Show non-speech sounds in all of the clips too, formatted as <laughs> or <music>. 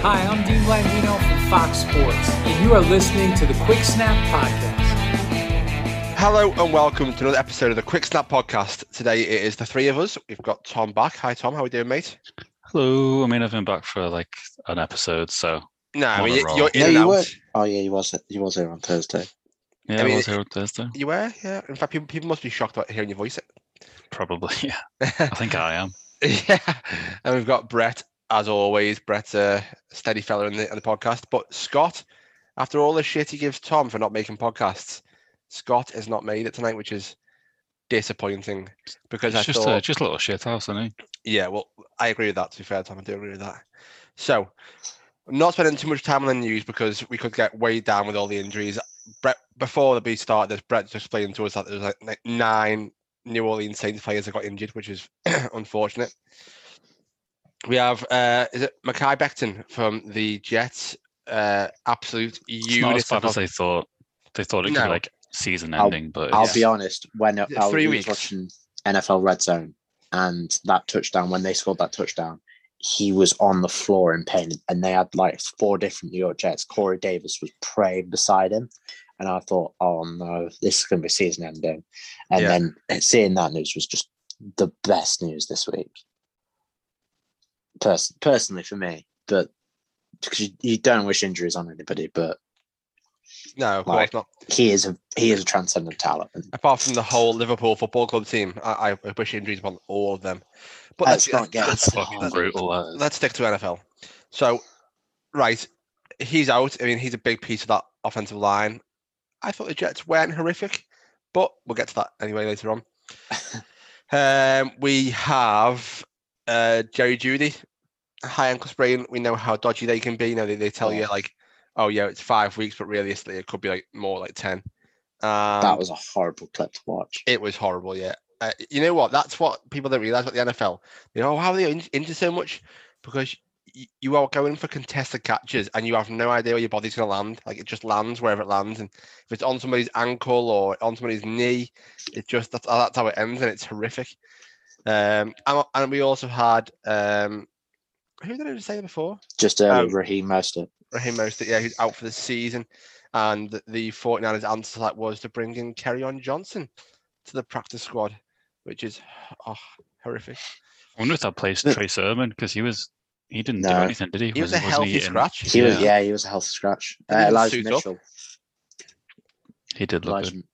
Hi, I'm Dean Blandino from Fox Sports, and you are listening to the Quick Snap Podcast. Hello and welcome to another episode of the Quick Snap Podcast. Today it is the three of us. We've got Tom back. Hi Tom, how are we doing, mate? Hello. I mean, I've been back for like an episode, so No, I On mean, a you- roll. you're in Yeah, and you out. were. Oh yeah, he was. He was here on Thursday. yeah, I I, mean, was it- here on Thursday. You were, yeah. In fact, people, people must be shocked about hearing your voice. Probably, yeah. I think I am. yeah. And we've got Brett, as always. Brett's a steady fella in the, in the podcast. But Scott, after all the shit he gives Tom for not making podcasts, Scott has not made it tonight, which is disappointing. Because I It's just thought, a just a little shit house, isn't it? Yeah, well, I agree with that. To be fair, Tom, I do agree with that. So, I'm not spending too much time on the news because we could get weighed down with all the injuries. Brett, before the beat started, this Brett just explained to us that there's like ni- nine New Orleans Saints players that got injured, which is <clears throat> unfortunate. We have uh, is it Mackay Becton from the Jets? Uh, absolute It's not unit. as bad of- as they thought. They thought it could No. be like season I'll- ending, but I'll it's- be honest. When Yeah, I three was weeks. watching NFL Red Zone and that touchdown, when they scored that touchdown, he was on the floor in pain, and they had like four different New York Jets. Corey Davis was praying beside him, and I thought, oh no, this is going to be season ending. And Yeah. then eh, seeing that news was just the best news this week. Pers- personally, for me, but because you, you don't wish injuries on anybody, but no, of course like- not. he is a he is a transcendent talent. And Apart from the whole Liverpool Football Club team, I, I wish injuries upon all of them. But Let's not get That's fucking That's- brutal. that is. let's stick to NFL. So, right, he's out. I mean, he's a big piece of that offensive line. I thought the Jets weren't horrific, but we'll get to that anyway <laughs> later on. um, we have uh, Jerry Judy, high ankle sprain. We know how dodgy they can be. You know, they, they tell you Yeah. like, oh yeah, it's five weeks, but realistically, it could be like more like ten. Um, that was a horrible clip to watch. it was horrible, yeah. Uh, you know what? That's what people don't realize about the NFL. You know, how are they in- injured so much? Because y- you are going for contested catches and you have no idea where your body's going to land. Like it just lands wherever it lands. And if it's on somebody's ankle or on somebody's knee, it just, that's, uh, that's how it ends and it's horrific. Um, and, and we also had, um, who did I just say before? Just early Um, Raheem Mostert. Raheem Mostert, yeah, who's out for the season. And th- the 49ers answer to that was to bring in Kerry on Johnson to the practice squad, which is oh, horrific. I wonder if that plays But- Trey Sermon because he was he didn't do No. anything, did he? He was a Wasn't- wasn't healthy in- scratch. He was yeah, yeah, he was a healthy scratch. Didn't Uh, even Elijah suit up. Mitchell. he did look Elijah, good.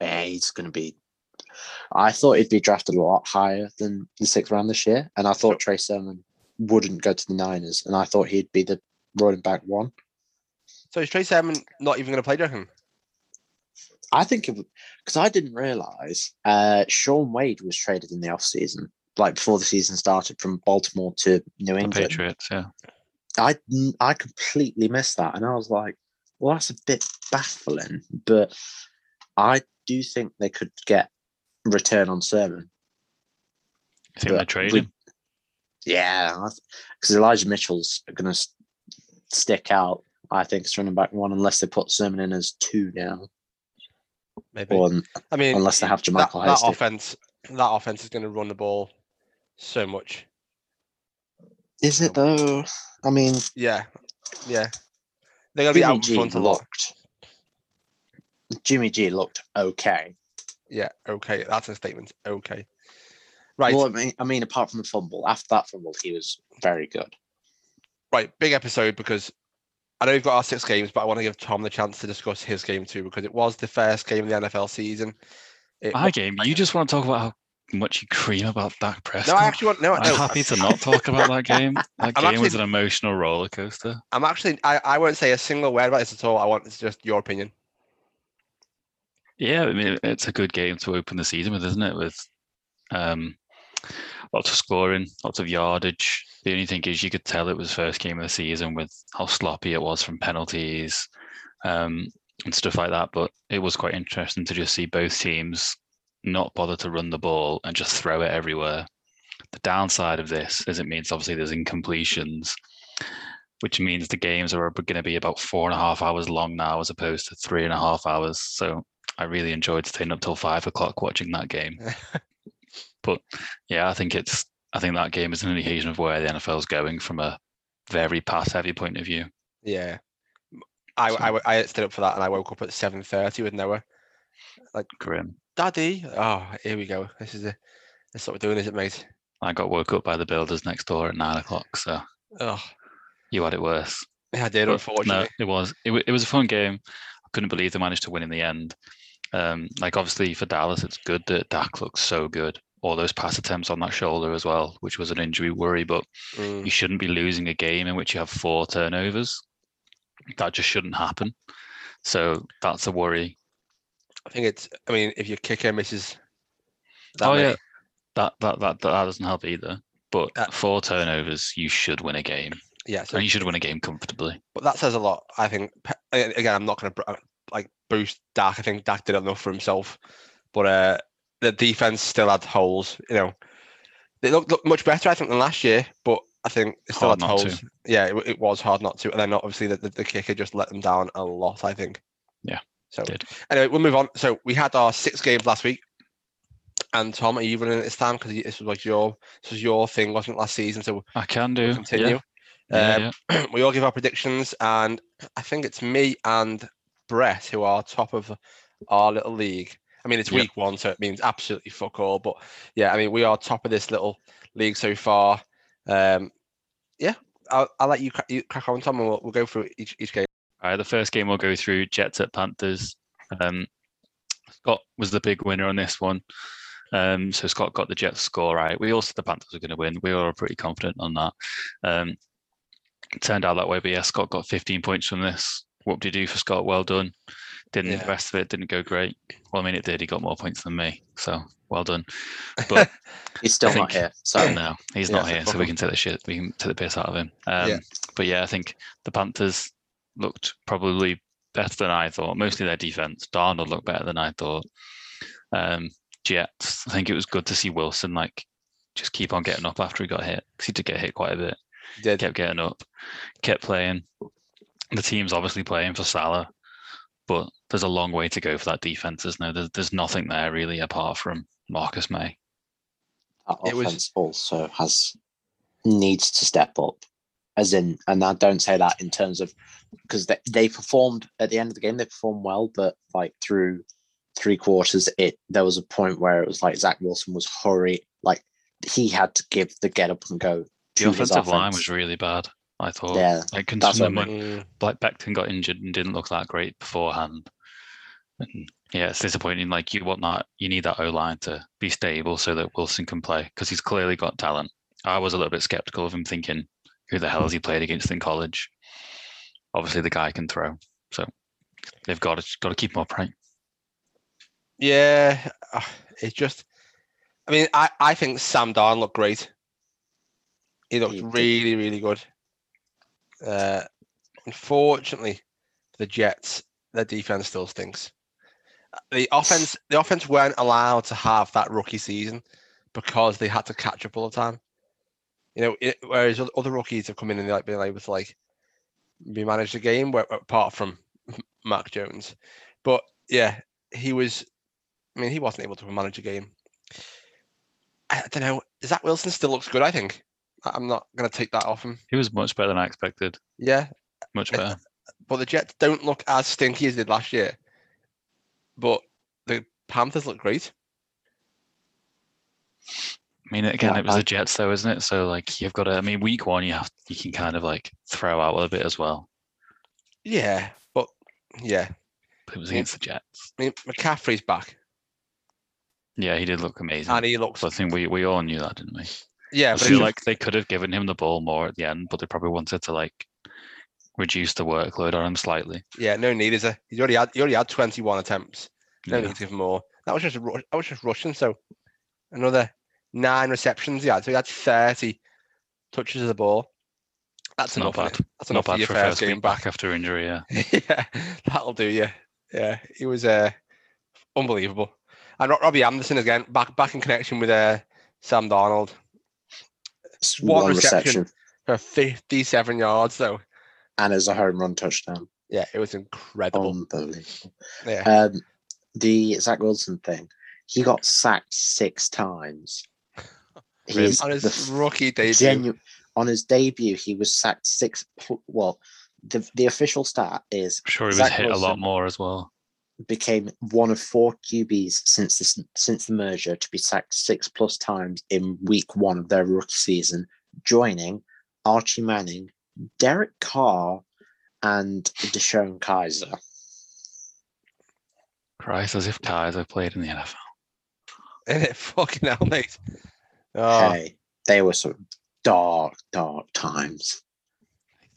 yeah, he's gonna be. I thought he'd be drafted a lot higher than the sixth round this year, and I thought Trey Sermon wouldn't go to the Niners, and I thought he'd be the running back one. So is Trey Sermon not even going to play, do you reckon? I think it because I didn't realize uh, Sean Wade was traded in the offseason, like before the season started from Baltimore to New The England. Patriots, yeah. I n- I completely missed that, and I was like, "Well, that's a bit baffling." But I do think they could get return on Sermon. You think But they trade we- him? Yeah, because Elijah Mitchell's going to stick out. I think as running back one, unless they put Sermon in as two now, Maybe. or I mean, unless they have that, Jamal that Hasty. offense, that offense is going to run the ball so much. Is it though? I mean, Yeah, yeah. They're going to be Jimmy out G front a lot. looked. Jimmy G looked okay. Yeah. Okay. That's a statement. Okay. Right. Well, I mean, I mean, apart from the fumble, after that fumble, he was very good. right, big episode because I know we've got our six games, but I want to give Tom the chance to discuss his game too because it was the first game of the NFL season. It My was- game. You just want to talk about how much you cream about Dak Prescott. no, I actually want no, I'm no. happy to not talk about that game. That I'm game was actually- an emotional roller coaster. I'm actually I, I won't say a single word about this at all. I want it's just your opinion. Yeah, I mean it's a good game to open the season with, isn't it? With um, lots of scoring, lots of yardage. The only thing is, you could tell it was first game of the season with how sloppy it was from penalties um, and stuff like that. But it was quite interesting to just see both teams not bother to run the ball and just throw it everywhere. The downside of this is it means obviously there's incompletions, which means the games are going to be about four and a half hours long now as opposed to three and a half hours. So I really enjoyed staying up till five o'clock watching that <laughs> game. but yeah, I think it's I think that game is an indication of where the NFL's going from a very pass heavy point of view. Yeah. I, So- I, w- I stayed up for that and I woke up at seven thirty with Noah. Grim. Daddy, oh here we go. This is a this is what we're doing, is it, mate? I got woke up by the builders next door at nine o'clock, so Oh, you had it worse. yeah, I did. But Unfortunately, No, it was it, wa- it was a fun game. I couldn't believe they managed to win in the end. Um, like obviously for Dallas, it's good that Dak looks so good. All those pass attempts on that shoulder as well, which was an injury worry, but Mm, you shouldn't be losing a game in which you have four turnovers. That just shouldn't happen. So that's a worry. I think it's. I mean, if your kicker misses, that Oh many- yeah, that that that that doesn't help either. But Uh, four turnovers, you should win a game, yeah. So and you should win a game comfortably. But that says a lot, I think. Pe- a- Again, I'm not going to like boost Dak. I think Dak did enough for himself, but uh, the defense still had holes. You know, they looked, looked much better, I think, than last year. But I think it still Hard had not to. holes. Yeah, it, w- it was hard not to. And then obviously the, the, the kicker just let them down a lot. I think. Yeah, So did. anyway, we'll move on. So we had our six games last week. And Tom, are you running it this time? Because this was like your this was your thing, wasn't it, last season? So we'll I can do. continue. Yeah. yeah, Um, yeah. <clears throat> we all give our predictions, and I think it's me and Brett who are top of our little league. I mean, it's Yep. week one, so it means absolutely fuck all. But yeah, I mean, we are top of this little league so far. Um, yeah, I'll, I'll let you, cra- you crack on, Tom, and we'll, we'll go through each, each game. All right, the first game we'll go through Jets at Panthers. Um, Scott was the big winner on this one. Um, so Scott got the Jets score right. We all said the Panthers were going to win. We were all pretty confident on that. Um, it turned out that way, but yeah, Scott got 15 points from this. What did you do for Scott? Well done. Didn't Yeah. the rest of it didn't go great. Well, I mean, it did. He got more points than me, so well done. But He's still I not think- here. So no, he's Yeah, not so here, fuck so we him. can take the shit. We can take the piss out of him. Um, But yeah, I think the Panthers looked probably better than I thought. Mostly their defense. Darnold looked better than I thought. Um, Jets. I think it was good to see Wilson like just keep on getting up after he got hit 'cause he did get hit quite a bit. Did Kept getting up, kept playing. The team's obviously playing for Salah, but there's a long way to go for that defense, isn't there? There's, there's nothing there really apart from Marcus May. that It was- offense also has needs to step up, as in, and I don't say that in terms of because they, they performed at the end of the game. They performed well, but like through three quarters, it there was a point where it was like Zach Wilson was hurry, like he had to give the get up and go. The to his offensive line offense. was really bad. I thought. yeah. that's Like what I considering when Mm, Black Beckton got injured and didn't look that great beforehand. And yeah, it's disappointing. Like you want that, you need that O line to be stable so that Wilson can play because he's clearly got talent. I was a little bit skeptical of him, thinking, "Who the hell has he played against in college?" Obviously, the guy can throw, so they've got to got to keep him upright. yeah, ah, it's just. I mean, I, I think Sam Darn looked great. He looked He did. really, really good. Uh, unfortunately, for the Jets, their defense still stinks. the offense the offense weren't allowed to have that rookie season because they had to catch up all the time. You know, it, whereas oth- other rookies have come in and like been able to like be manage the game, where, apart from Mark Jones. But yeah, he was. I mean, he wasn't able to manage a game. I, I don't know. Zach Wilson still looks good. I think I- I'm not going to take that off him. He was much better than I expected. Yeah, Much It- better. but the Jets don't look as stinky as they did last year. But the Panthers look great. I mean, again, Yeah, it was I- the Jets, though, isn't it? So like you've got to. I mean, week one, you have you can kind of like throw out a bit as well. Yeah, but yeah, But it was Yeah. against the Jets. I mean, McCaffrey's back Yeah, he did look amazing. and he looks So I think we, we all knew that, didn't we? yeah. I But feel it's- like they could have given him the ball more at the end, but they probably wanted to like reduce the workload on him slightly. yeah, no need is there? He's already had he already had 21 attempts. No Yeah. need to give him more. That was just ru- that was just rushing. So another nine receptions he had. So he had 30 touches of the ball. That's Not enough. innit? bad. Not That's enough for bad your for a first first game week back. back after injury. Yeah. <laughs> yeah, that'll do you. Yeah, he was uh, unbelievable. And Ro- Robbie Anderson again, back back in connection with uh, Sam Darnold It's One One, reception. reception. for 57 yards. So and as a home run touchdown. yeah, it was incredible. Unbelievable. yeah, Um, the Zach Wilson thing. He got sacked six times. <laughs> Really? Oh, He's on the his f- rookie <laughs> debut. Genu- on his debut, he was sacked six. pl- Well, the the official stat is I'm sure he was Zach hit a lot Wilson. more as well. became one of four QBs since this, since the merger to be sacked six plus times in week one of their rookie season, joining Archie Manning, Derek Carr, and Deshaun Kaiser. Christ, as if Kaiser played in the NFL. In it, fucking hell, mate. Oh, Hey, they were some dark, dark times.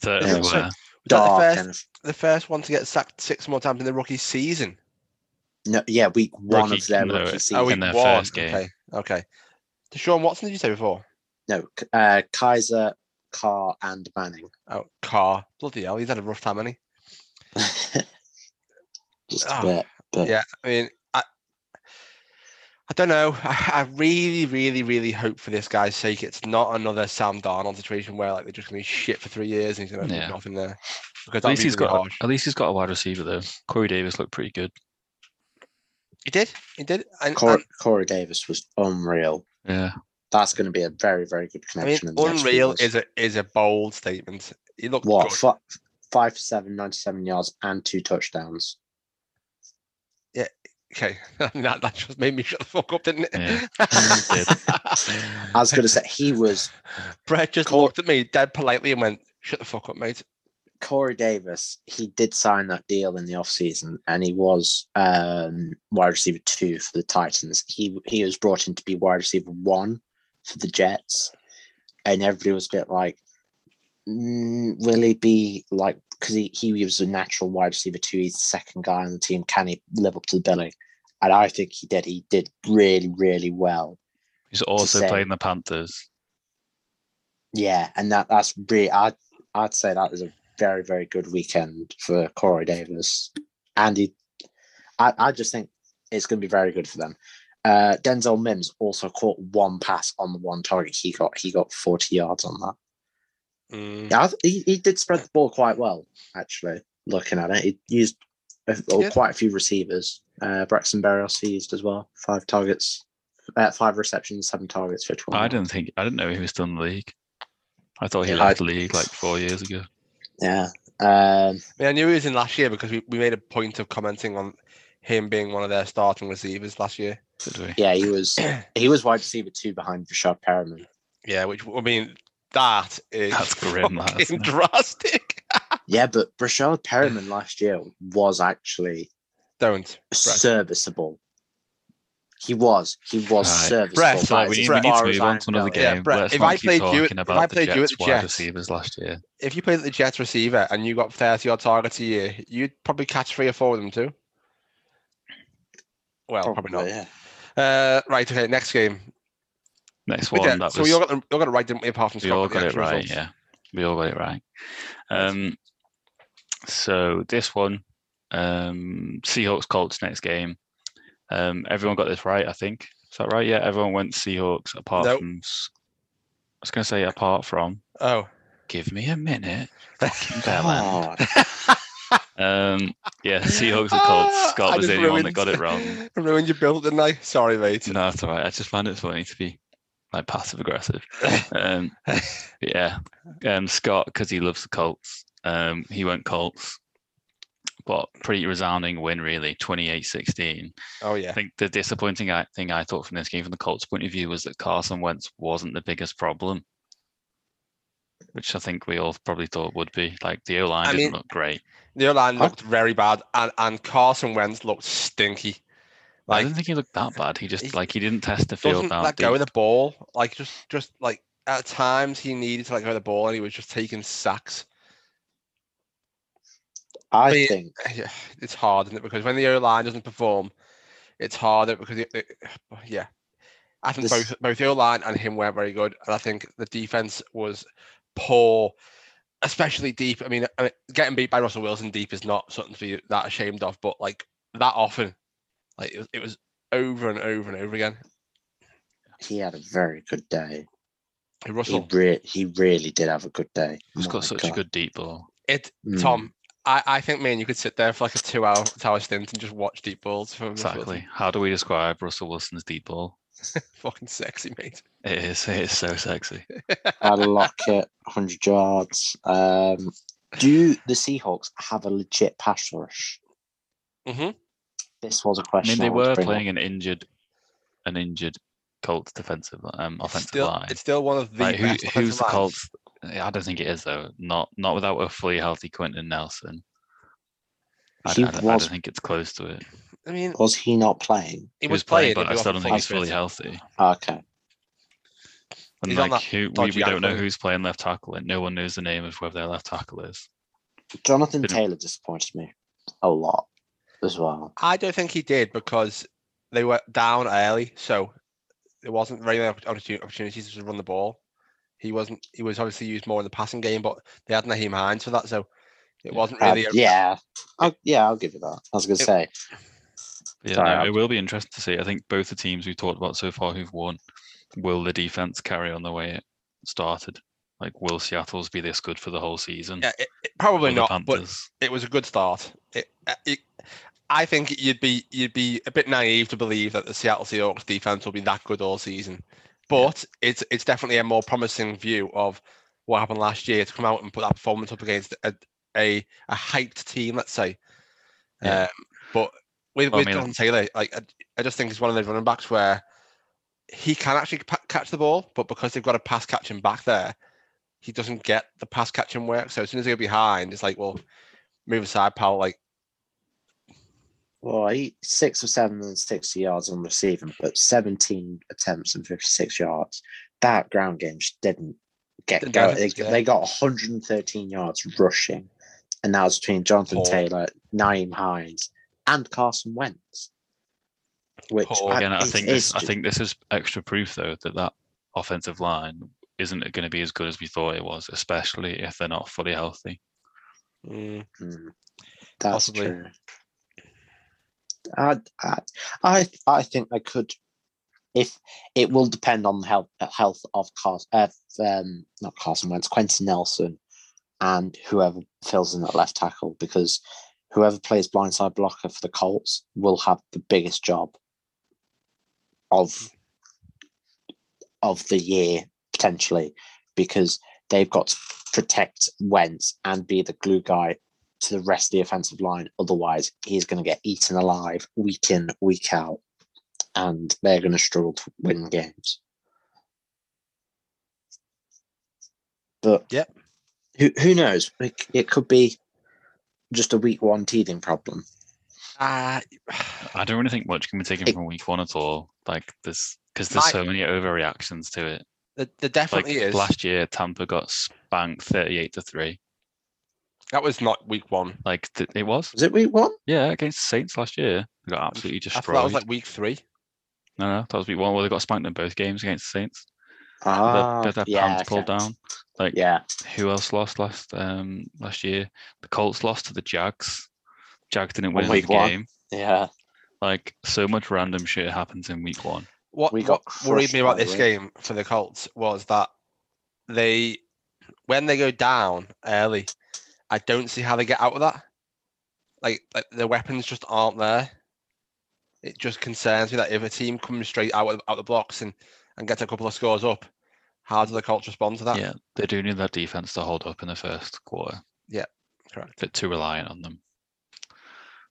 Certainly Yeah, so- were. that the Dark. first- and f- the first one to get sacked six more times in the rookie season. no, yeah, week one Rookie- of their no, rookie it's- season. we- week their one. first game. Okay, okay. Deshaun Watson, did you say before? No, K- uh, Kaiser, Carr, and Manning. Oh, Carr. Bloody hell, he's had a rough time, hasn't he? <laughs> Just Ah, a bit, but Yeah, I mean, I, I don't know. I, I really, really, really hope for this guy's sake it's not another Sam Darnold situation where like they're just gonna be shit for three years and he's gonna have Yeah. nothing there. Because At least he he's got harsh. a, at least he's got a wide receiver though. Corey Davis looked pretty good. He did. He did. And, Cor- <laughs> and, Corey Davis was unreal. Yeah. That's going to be a very, very good I mean, connection. in the next few unreal years. is a is a bold statement. He looked what good. fi- five for seven, 97 yards, and two touchdowns. Okay, <laughs> I mean, that, that just made me shut the fuck up, didn't it? <laughs> Yeah. I was going to say he was Brett just Cor- looked at me dead politely and went, "Shut the fuck up, mate." Corey Davis. He did sign that deal in the offseason and he was um, wide receiver two for the Titans. He he was brought in to be wide receiver one for the Jets, and everybody was a bit like, mm, will he be like? Because he, he was a natural wide receiver two. He's the second guy on the team. Can he live up to the billing? And I think he did. He did really, really well. He's also say- playing the Panthers. Yeah, and that that's really I'd I'd say that was a very very good weekend for Corey Davis, and he, I I just think it's going to be very good for them. Uh, Denzel Mims also caught one pass on the one target he got. He got forty yards on that. Mm. Yeah, I th- he, he did spread the ball quite well actually. Looking at it, he used a, or Yeah. quite a few receivers. Uh, Braxton Berrios he used as well. Five targets, uh, five receptions, seven targets for twelve. I didn't think I didn't know he was still in the league. I thought he Yeah, I- left the league like four years ago. Yeah. Um, I mean, I knew he was in last year because we, we made a point of commenting on him being one of their starting receivers last year. <clears throat> Did we? yeah, he was. He was wide receiver two behind Rashad <laughs> Perriman. Yeah, which I mean, that is That's grim, that, fucking isn't it? drastic. <laughs> Yeah, but Rashad Perriman last year was actually Don't, serviceable. He was. He was Right. serviceable. Brett, by Right, we, as need, we need far to as move I'm on to another going. game. Yeah, Brett, Let's if not I keep played you at- talking if I about the played Jets you at the wide Jets- receivers last year. if you played the Jets receiver and you got 30 odd targets a year, you'd probably catch three or four of them too. Well, probably, not. yeah. Uh, right, okay, next game. Next We one, did- that so was we all got, the, we all got it right, didn't we? Apart from we Scott, all with the got it actual right. results. Yeah, we all got it right. Um, so this one, um, Seahawks Colts next game. Um, everyone got this right, I think. Is that right? Yeah, everyone went Seahawks apart Nope. from. s- I was going to say apart from. <laughs> Oh. Give me a <laughs> minute. Fucking Bella. God. Um, yeah, <laughs> Seahawks and Colts. Ah, <laughs> I Scott was the just only one that ruined- got <laughs> it wrong. I ruined your build, didn't I? Sorry, mate. No, that's all right. I just find it funny to be like passive aggressive. <laughs> Um, but yeah, um, Scott because he loves the Colts. Um, he went Colts, but pretty resounding win really, 28-16. Oh I yeah. think the disappointing I, thing I thought from this game, from the Colts' point of view, was that Carson Wentz wasn't the biggest problem, which I think we all probably thought would be. Like the O line I didn't mean- look great. The line I- looked very bad, and, and Carson Wentz looked stinky. I Like didn't think he looked that bad. He just he like he didn't test the doesn't field down let go deep. of the ball. Like just just like at times he needed to let go of the ball, and he was just taking sacks. I But- think Yeah, it's hard, isn't it? Because when the O line doesn't perform, it's harder because it, it- yeah. I think This- both both the O line and him weren't very good, and I think the defense was poor, especially deep. I mean, I mean, getting beat by Russell Wilson deep is not something to be that ashamed of, but like that often, like it was, it was over and over and over again. he had a very good day. He, Hey, Russell, re- he really did have a good day. He's My Oh got such a God. good deep ball. it Mm. Tom, I, I think man, you could sit there for like a two hour two hour stint and just watch deep balls from Russell Wilson. Exactly. How do we describe Russell Wilson's deep ball? Fucking sexy, mate. It is. It is so sexy. <laughs> Had a Lockett, 100 yards. Um, do the Seahawks have a legit pass rush? Mhm. This was a I mean, question. they wanted to were bring up. playing an injured, an injured Colts defensive, um, It's offensive still, line. It's still one of the Like, who, best offensive who's the lines. Colts? I don't think it is though. Not not without a fully healthy Quentin Nelson. I, d- He I d- I was- don't think it's close to it. I mean, Was he not playing? he was playing, but he I was still don't off the think he's field. fully healthy. Okay. And He's on like, that who, we, dodgy we don't know ankle. who's playing left tackle, and no one knows the name of whoever their left tackle is. Jonathan Didn't- Taylor disappointed me a lot as well. Uh, I don't think he did because they were down early, so there wasn't very many opportu- opportunities to run the ball. He wasn't. He was obviously used more in the passing game, but they had Naheem Hines for that, so it wasn't Uh, really. a- yeah. I'll, yeah, I'll give you that. I was going to It- say. But yeah, Sorry, no, I'm- it will be interesting to see. I think both the teams we've talked about so far who've won, will the defense carry on the way it started? Like, will Seattle's be this good for the whole season? yeah, it- it- probably Will the not. But Panthers? it was a good start. It, uh, it, I think you'd be you'd be a bit naive to believe that the Seattle Seahawks defense will be that good all season, but it's it's definitely a more promising view of what happened last year to come out and put that performance up against a a, a hyped team, let's say. Yeah. Um, but with, Well, I with mean, Jonathan Taylor, like I, I just think he's one of those running backs where he can actually pa- catch the ball, but because they've got a pass catching back there, he doesn't get the pass catching work. So as soon as they go behind, it's like, well, move aside, pal. Like Well, he six of seven and sixty yards on receiving, but seventeen attempts and fifty-six yards. That ground game just didn't get Didn't going. have They, it, yeah. they got 113 yards rushing, and that was between Jonathan Poor. Taylor, Naeem Hines, and Carson Wentz. Which Poor. Again, I it's- think it's this, I ju- think this is extra proof though that that offensive line isn't going to be as good as we thought it was, especially if they're not fully <sighs> healthy. Mm. That's Possibly. true. I, I, I, I think they could. If it will depend on the health health of Carson, uh, um, not Carson Wentz, Quentin Nelson, and whoever fills in at left tackle, because whoever plays blindside blocker for the Colts will have the biggest job of of the year potentially, because they've got to protect Wentz and be the glue guy to the rest of the offensive line. Otherwise, he's going to get eaten alive week in, week out, and they're going to struggle to win games. But Yep. who who knows? It, c- it could be just a week one teething problem. uh, I don't really think much can be taken It- from week one at all. Like this, because there's I- so many overreactions to it. there, there Like definitely is. last year, Tampa got spanked thirty-eight to three. That was not week one. Like th- it was, Was it week one? yeah, against the Saints last year, they got absolutely I thought that was destroyed. like week three. No, no, that was week one. Well, they got spanked in both games against the Saints. They Oh, Ah, had their yeah, pants pulled okay. down. Like Yeah, who else lost last um last year? The Colts lost to the Jags. Jags didn't On win another week one. game. yeah. Like so much random shit happens in week one. What, We got what worried crushed me about by this Wigan. game for the Colts was that they, when they go down early, I don't see how they get out of that. Like, like the weapons just aren't there. It just concerns me that if a team comes straight out of, out the blocks and, and gets a couple of scores up, how do the Colts respond to that? yeah, they do need that defense to hold up in the first quarter. Yeah, correct. A bit too reliant on them.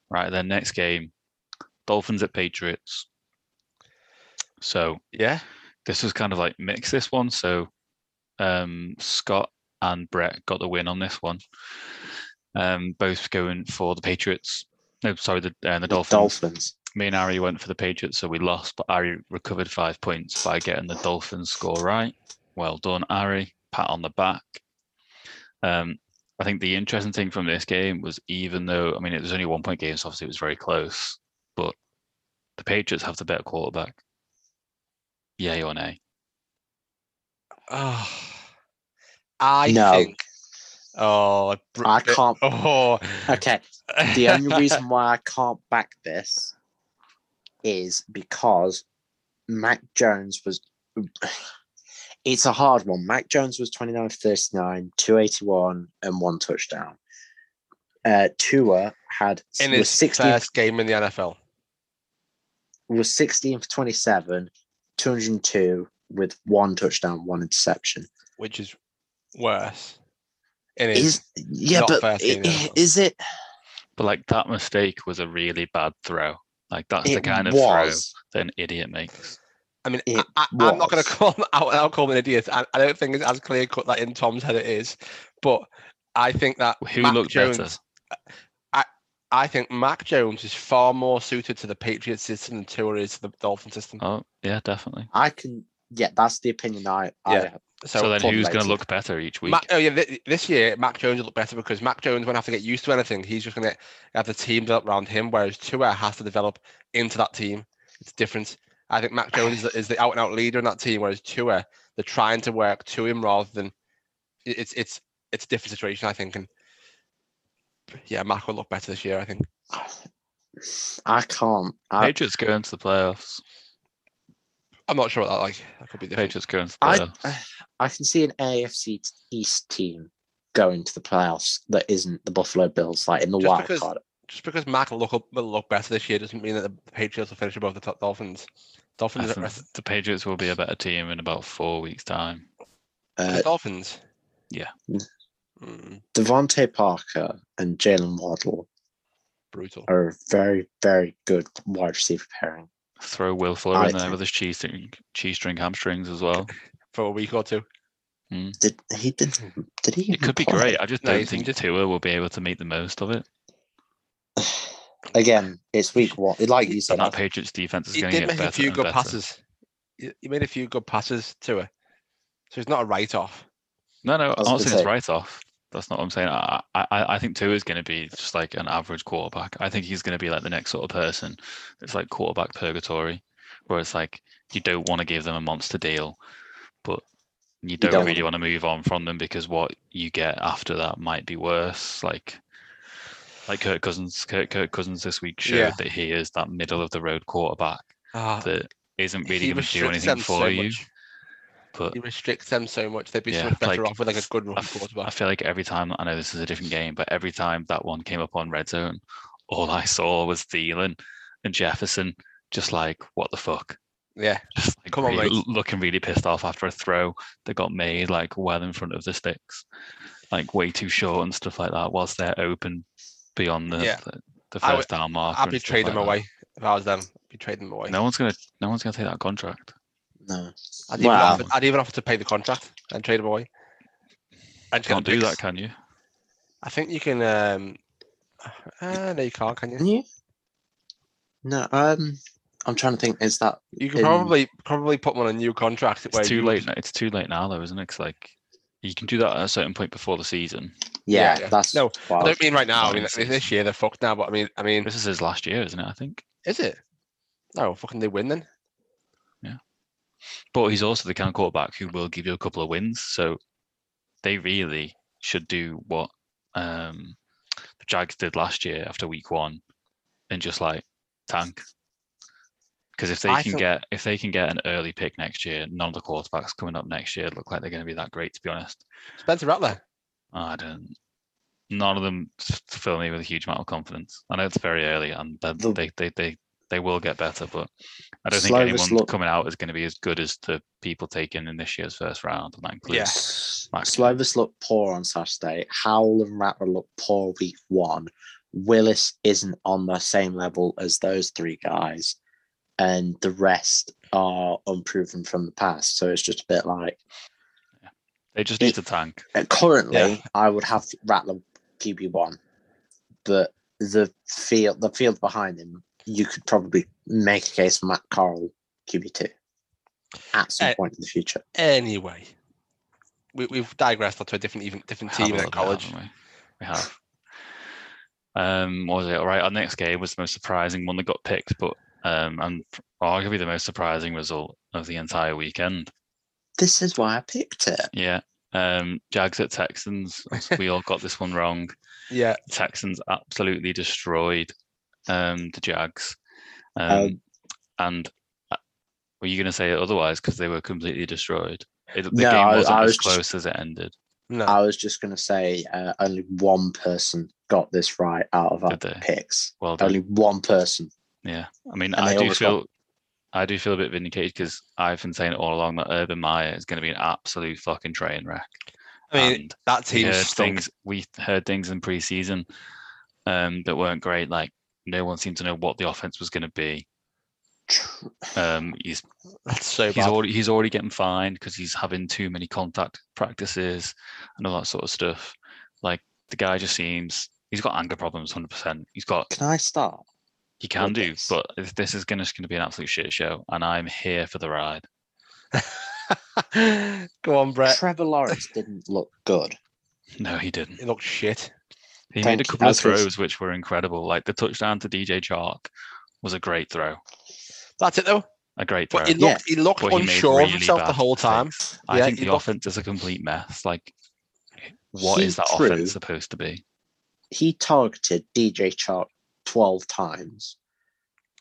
Right, then next game, Dolphins at Patriots. So Yeah. this was kind of like mix this one. So um, Scott and Brett got the win on this one. Um, both going for the Patriots. No, sorry, the, uh, the Dolphins. Dolphins. Me and Ari went for the Patriots, so we lost, but Ari recovered five points by getting the Dolphins score right. Well done, Ari. Pat on the back. Um, I think the interesting thing from this game was even though, I mean, it was only one point game, so obviously it was very close, but the Patriots have the better quarterback. Yay or nay? Oh, <sighs> I No. think. Oh, br- I can't- <laughs> Oh, Okay. <laughs> The only reason why I can't back this is because Mac Jones was. <sighs> It's a hard one. Mac Jones was 29 of 39, 281, and one touchdown. Uh, Tua had in was his 16 first game in the NFL. was 16 for 27, 202 with one touchdown, one interception. which is worse. It is. Is yeah, not but fair to i- the other i- is it? But like that mistake was a really bad throw. Like that's the It kind of was. throw that an idiot makes. I mean, I, it I, I'm not going was. to call him <laughs> out. I'll call him an idiot. I, I don't think it's as clear cut that in Tom's head it is, but I think that Who Mac looked Jones, better? I think Mac Jones is far more suited to the Patriots system than Tua is to the Dolphin system. Oh, yeah, definitely. I can. Yeah, that's the opinion I. I Yeah. have. So, then who's going formulated. to look better each week? Mac, oh yeah, th- this year Mac Jones will look better because Mac Jones won't have to get used to anything. He's just going to have the team develop around him, whereas Tua has to develop into that team. It's different. I think Mac Jones is the- is the out and out leader in that team, whereas Tua they're trying to work to him rather than it- it's it's it's a different situation. I think, and yeah, Mac will look better this year. I think. I can't. uh, I, Patriots going to the playoffs. I'm not sure what that like. That could be different. Patriots going to the I playoffs. I can see an AFC East team going to the playoffs that isn't the Buffalo Bills, like in the Just wild because- card. Just because Mac will look up, will look better this year doesn't mean that the Patriots will finish above the top Dolphins. I Dolphins, are- think the Patriots will be a better team in about four weeks' time. Uh, the Dolphins. yeah. Mm. Devontae Parker and Jalen Waddle Brutal. are a very, very good wide receiver pairing. Throw Will Fuller I in there think- with his cheese string, cheese string hamstrings as <laughs> well. For a week or two. Did he <laughs> did? Did he? It even could be play? great. I just No, don't he's think injured. Tua will be able to make the most of it. <sighs> Again, it's week one. Like you And said, that I, Patriots defense is He going to did get make better. a few and good better. passes. He he made a few good passes to her. So it's not a write off. No, I no, I'm was not gonna saying it's say. right off. That's not what I'm saying. I, I, I I think Tua is going to be just like an average quarterback. I think he's going to be like the next sort of person. It's like quarterback purgatory, where it's like you don't want to give them a monster deal, but you don't, don't. really want to move on from them because what you get after that might be worse. Like, like Kirk Cousins. Kirk, Kirk Cousins this week showed Yeah. that he is that middle of the road quarterback Ah, that isn't really he going to do anything restricts them for so you. much. But He restricts them so much. They'd be Yeah, so much better like, off with like a good I run f- I quarterback. feel like every time I know this is a different game, but every time that one came up on red zone, all I saw was Thielen and Jefferson just like, what the fuck? <laughs> Yeah. Just like Come on, really- mate. looking really pissed off after a throw that got made like well in front of the sticks, like way too short and stuff like that, whilst they're open beyond the Yeah. the, the I would- first down mark. I'd be trading them away. If I was them, I'd be trading them away. No one's gonna no one's gonna take that contract. no. I'd, even Wow. offer, I'd even offer to pay the contract and trade them away. And just get Can't the do picks. that, can you? I think you can. Um, uh, no, you can't, can you? Can you? No. Um, I'm trying to think. Is that You can in- probably probably put them on a new contract. It's where too you late. now- It's too late now, though, isn't it? 'Cause, like you can do that at a certain point before the season. yeah? yeah. That's No, I wild. don't mean right now. I mean Lions th- this season. year they're fucked now. But I mean, I mean, This is his last year, isn't it? I think. is it? No, fucking they win then. But he's also the kind of quarterback who will give you a couple of wins. So they really should do what um, the Jags did last year after week one and just like tank Because if they I can feel- get if they can get an early pick next year, none of the quarterbacks coming up next year look like they're going to be that great. To be honest, Spencer Rattler. I don't. None of them s- fill me with a huge amount of confidence. I know it's very early, and that The- they, they they they will get better, but I don't think Slovis anyone look- coming out is going to be as good as the people taken in this year's first round, and that includes Yeah. Max. Slovis looked poor on Saturday. Howell and Rattler looked poor week one. Willis isn't on the same level as those three guys, and the rest are unproven from the past. So it's just a bit like They just need to tank. uh, currently, Yeah. I would have Rattler QB one, but the field the field behind him, you could probably make a case for Matt Carl QB two at some Uh, point in the future. Anyway, we, we've digressed onto a different even different have a team little at bit, college. haven't we? We have. Um, what was it? All right, our next game was the most surprising one that got picked, but um, and arguably the most surprising result of the entire weekend. This is why I picked it. Yeah, um, Jags at Texans. Obviously, We all got this one wrong. Yeah, The Texans absolutely destroyed um, the Jags, um, and uh, were you going to say it otherwise? Because they were completely destroyed. It, the No, game I- wasn't I as was just- close as it ended. no, I was just going to say uh, only one person got this right out of our Did they? picks. Well done. Only one person. Yeah, I mean, And I they do always got- feel, I do feel a bit vindicated because I've been saying all along that Urban Meyer is going to be an absolute fucking train wreck. I mean and that We team heard stunk. things we heard things in preseason um, that weren't great. Like no one seemed to know what the offense was going to be. Tr- Um, he's <laughs> That's so he's bad. already he's already getting fined because he's having too many contact practices and all that sort of stuff. Like the guy just seems he's got anger problems, hundred percent. He's got Can I start? he can do, this. but if this is going to going to be an absolute shit show, and I'm here for the ride. <laughs> <laughs> Go on, Brett. Trevor Lawrence didn't look good. No, he didn't. It looked shit. He Thank made you. a couple of That's his- throws which were incredible. Like the touchdown to DJ Chark was a great throw, That's it though. a great throw. But he Yeah. looked he looked But he made unsure of really himself the bad whole time. mistakes. I yeah, think he the looked- offense is a complete mess. Like, what is He that threw- offense supposed to be? He targeted DJ Chark 12 times.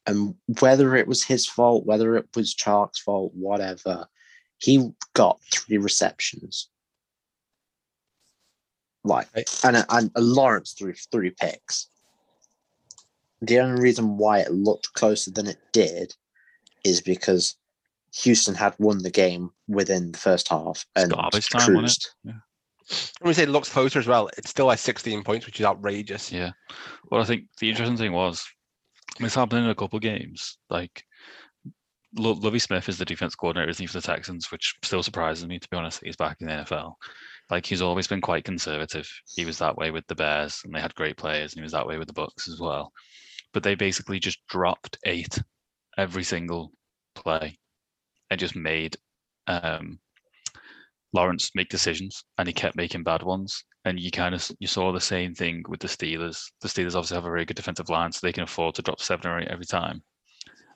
And whether it was his fault, whether it was Chark's fault, whatever, he got three receptions. Like, Right. and, and Lawrence threw three picks. The only reason why it looked closer than it did is because Houston had won the game within the first half and garbage time, wasn't it? cruised. When we say it looks closer as well, it's still like 16 points, which is outrageous. Yeah. Well, I think the interesting thing was it's happened in a couple games. Like, Lo- Lovey Smith is the defense coordinator, isn't he, for the Texans, which still surprises me, to be honest, that he's back in the NFL. Like, he's always been quite conservative. He was that way with the Bears, and they had great players, and he was that way with the Bucks as well. But they basically just dropped eight every single play and just made um, Lawrence make decisions, and he kept making bad ones. And you kind of you saw the same thing with the Steelers. The Steelers obviously have a very good defensive line, so they can afford to drop seven or eight every time.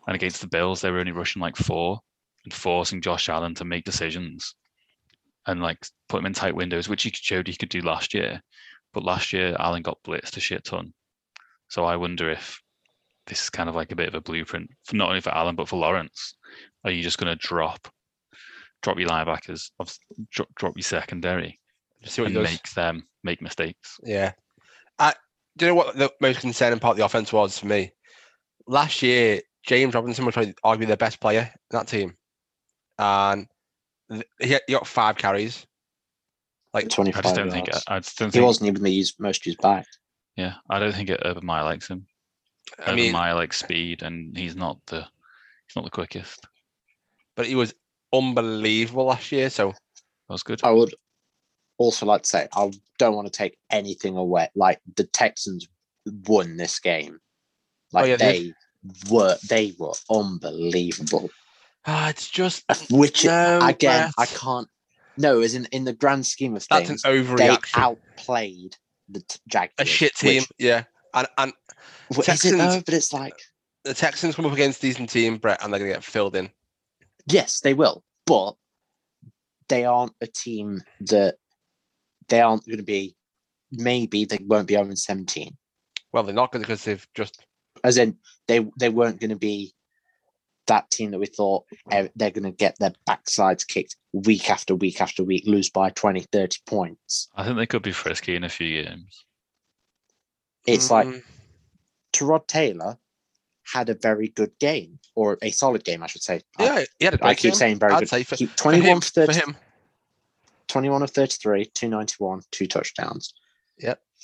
And against the Bills, they were only rushing like four and forcing Josh Allen to make decisions and like put him in tight windows, which he showed he could do last year. But last year, Allen got blitzed a shit ton. So I wonder if this is kind of like a bit of a blueprint for not only for Allen but for Lawrence. Are you just going to drop, drop your linebackers, obs- drop, drop your secondary, Just see what he and does. make them make mistakes? Yeah. I, do you know what the most concerning part of the offense was for me? Last year, James Robinson was probably arguably the best player in that team. And th- he, he got five carries. Like, 25 I just don't think. uh, yards. I, I just don't he think. wasn't even the used, most used back. Yeah, I don't think it, Urban Meyer likes him. I Urban mean, Meyer likes speed, and he's not the he's not the quickest. That but he was unbelievable last year. So, was good. Oh. I would also like to say I don't want to take anything away. Like the Texans won this game. Like Oh, yeah, they they were they were unbelievable. ah, it's just, Which no, again I Brett. can't no, is in in the grand scheme of That's an things, they overreaction. outplayed the t- Jaguars. a shit which- team. yeah. And, and which is it Texans- though? But it's like the Texans come up against a decent team, Brett, and they're going to get filled in. Yes, they will, but they aren't a team that they aren't going to be. Maybe they won't be 0 17. Well, they're not going because they've just As in, they they weren't going to be. that team that we thought eh, they're going to get their backsides kicked week after week after week, lose by 20, 30 points. I think they could be frisky in a few games. It's like Mm, Terod Taylor had a very good game, or a solid game, I should say. I- yeah, he had a I, great keep game. saying very I'd good. say for- He- For him, 21 for, for 30, him, 21 of 33, 291, two touchdowns.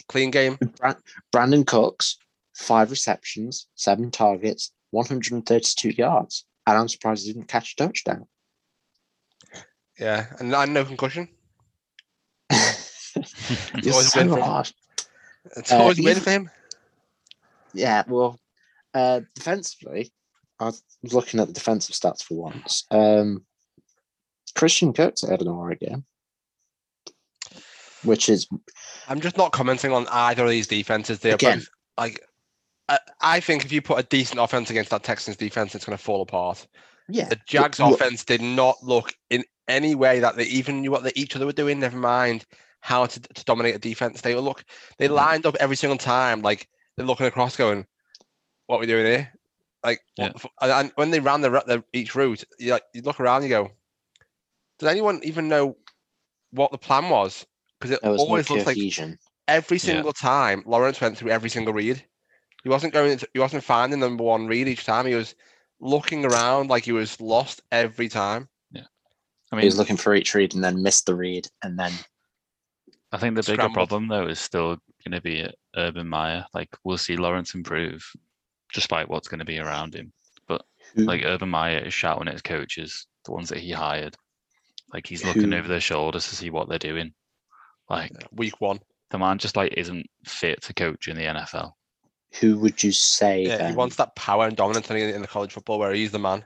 clean game. Bran- Brandon Cooks, five receptions, seven targets, 132 yards. And I'm surprised he didn't catch a touchdown. <laughs> Yeah, and, and no concussion. You're always so win for him. harsh. It's Uh, always a win even- for him. Yeah, well, uh, defensively, I was looking at the defensive stats for once. Um, Christian Kirk's had an alright game, which is I'm just not commenting on either of these defenses. They're Again. both like. I, I think if you put a decent offense against that Texans defense, it's going to fall apart. yeah. The Jags look- offense did not look in any way that they even knew what they, each other were doing. Never mind how to, to dominate a defense. They were look. Mm-hmm. They lined up every single time. Like they're looking across, going, "What are we doing here?" Like, Yeah. what the fu- and, and when they ran the, ru- the each route, you like you look around, you go, "Does anyone even know what the plan was?" Because it There was always no looks like cohesion. every Yeah. single time Lawrence went through every single read. He wasn't going. To, he wasn't finding the number one read each time. He was looking around like he was lost every time. he I mean, was looking for each read and then missed the read and then I think the bigger scrambled. problem though is still going to be Urban Meyer. Like we'll see Lawrence improve, despite what's going to be around him. But Who- Hmm. like Urban Meyer is shouting at his coaches, the ones that he hired. Like he's Hmm. looking Who- over their shoulders to see what they're doing. Like Week one, the man just like isn't fit to coach in the NFL. who would you say yeah, he then- wants that power and dominance in, in the college football where he's the man.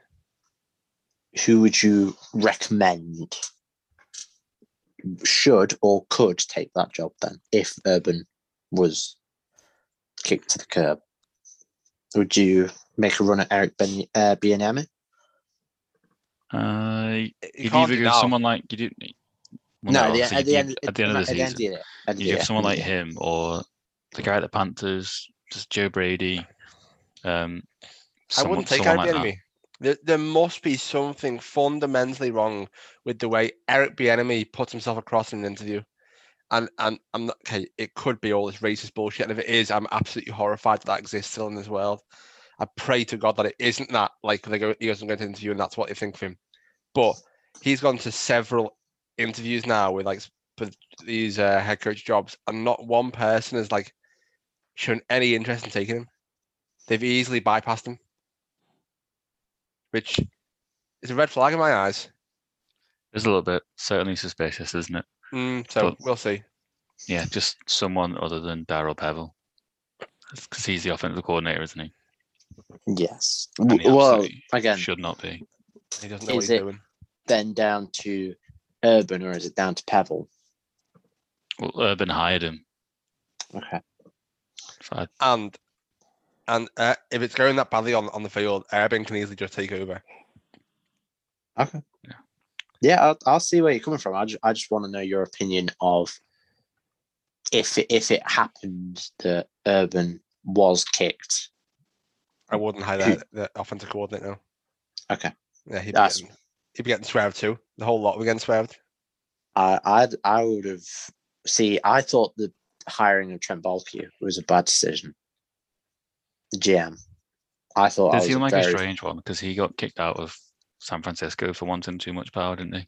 who would you recommend should or could take that job then if Urban was kicked to the curb? Would you make a run at Eric ben- uh, Bieniemy? Uh, You you'd can't either do give now. someone like you do. well, no, at the- obviously at the you- end at the end no, of the at season, the year, at the you year, give someone at like the year. him or the guy at the Panthers, just Joe Brady. Um, I someone- wouldn't take someone like Eric that. Bieniemy. There, there must be something fundamentally wrong with the way Eric Bieniemy puts himself across in an interview. And and I'm not okay. It could be all this racist bullshit, and if it is, I'm absolutely horrified that that exists still in this world. I pray to God that it isn't that. Like they go, he goes, "I'm going to interview," and that's what they think of him. But he's gone to several interviews now with like s- with these uh, head coach jobs, and not one person has like shown any interest in taking him. They've easily bypassed him which is a red flag in my eyes. It's a little bit certainly suspicious, isn't it? Mm, so But- we'll see. Yeah, just someone other than Daryl Pebble, because he's the offensive coordinator, isn't he? Yes. And he W- Well, absolutely again, Should not be. He doesn't know what Is he's it- doing. then down to Urban or is it down to Pebble? Well, Urban hired him. Okay. So I- And and uh, if it's going that badly on, on the field, Urban can easily just take over. Yeah, I'll, I'll see where you're coming from. I just, I just want to know your opinion of if it, if it happened that Urban was kicked. I wouldn't hire Who- the, the offensive coordinator now. Okay. Yeah, he'd be, That's- getting, he'd be getting swerved too. The whole lot were getting swerved. I I'd, I would have see. I thought the hiring of Trent Baalke was a bad decision. The GM. I thought I It was seemed like a very, strange one because he got kicked out of San Francisco for wanting too much power, didn't he?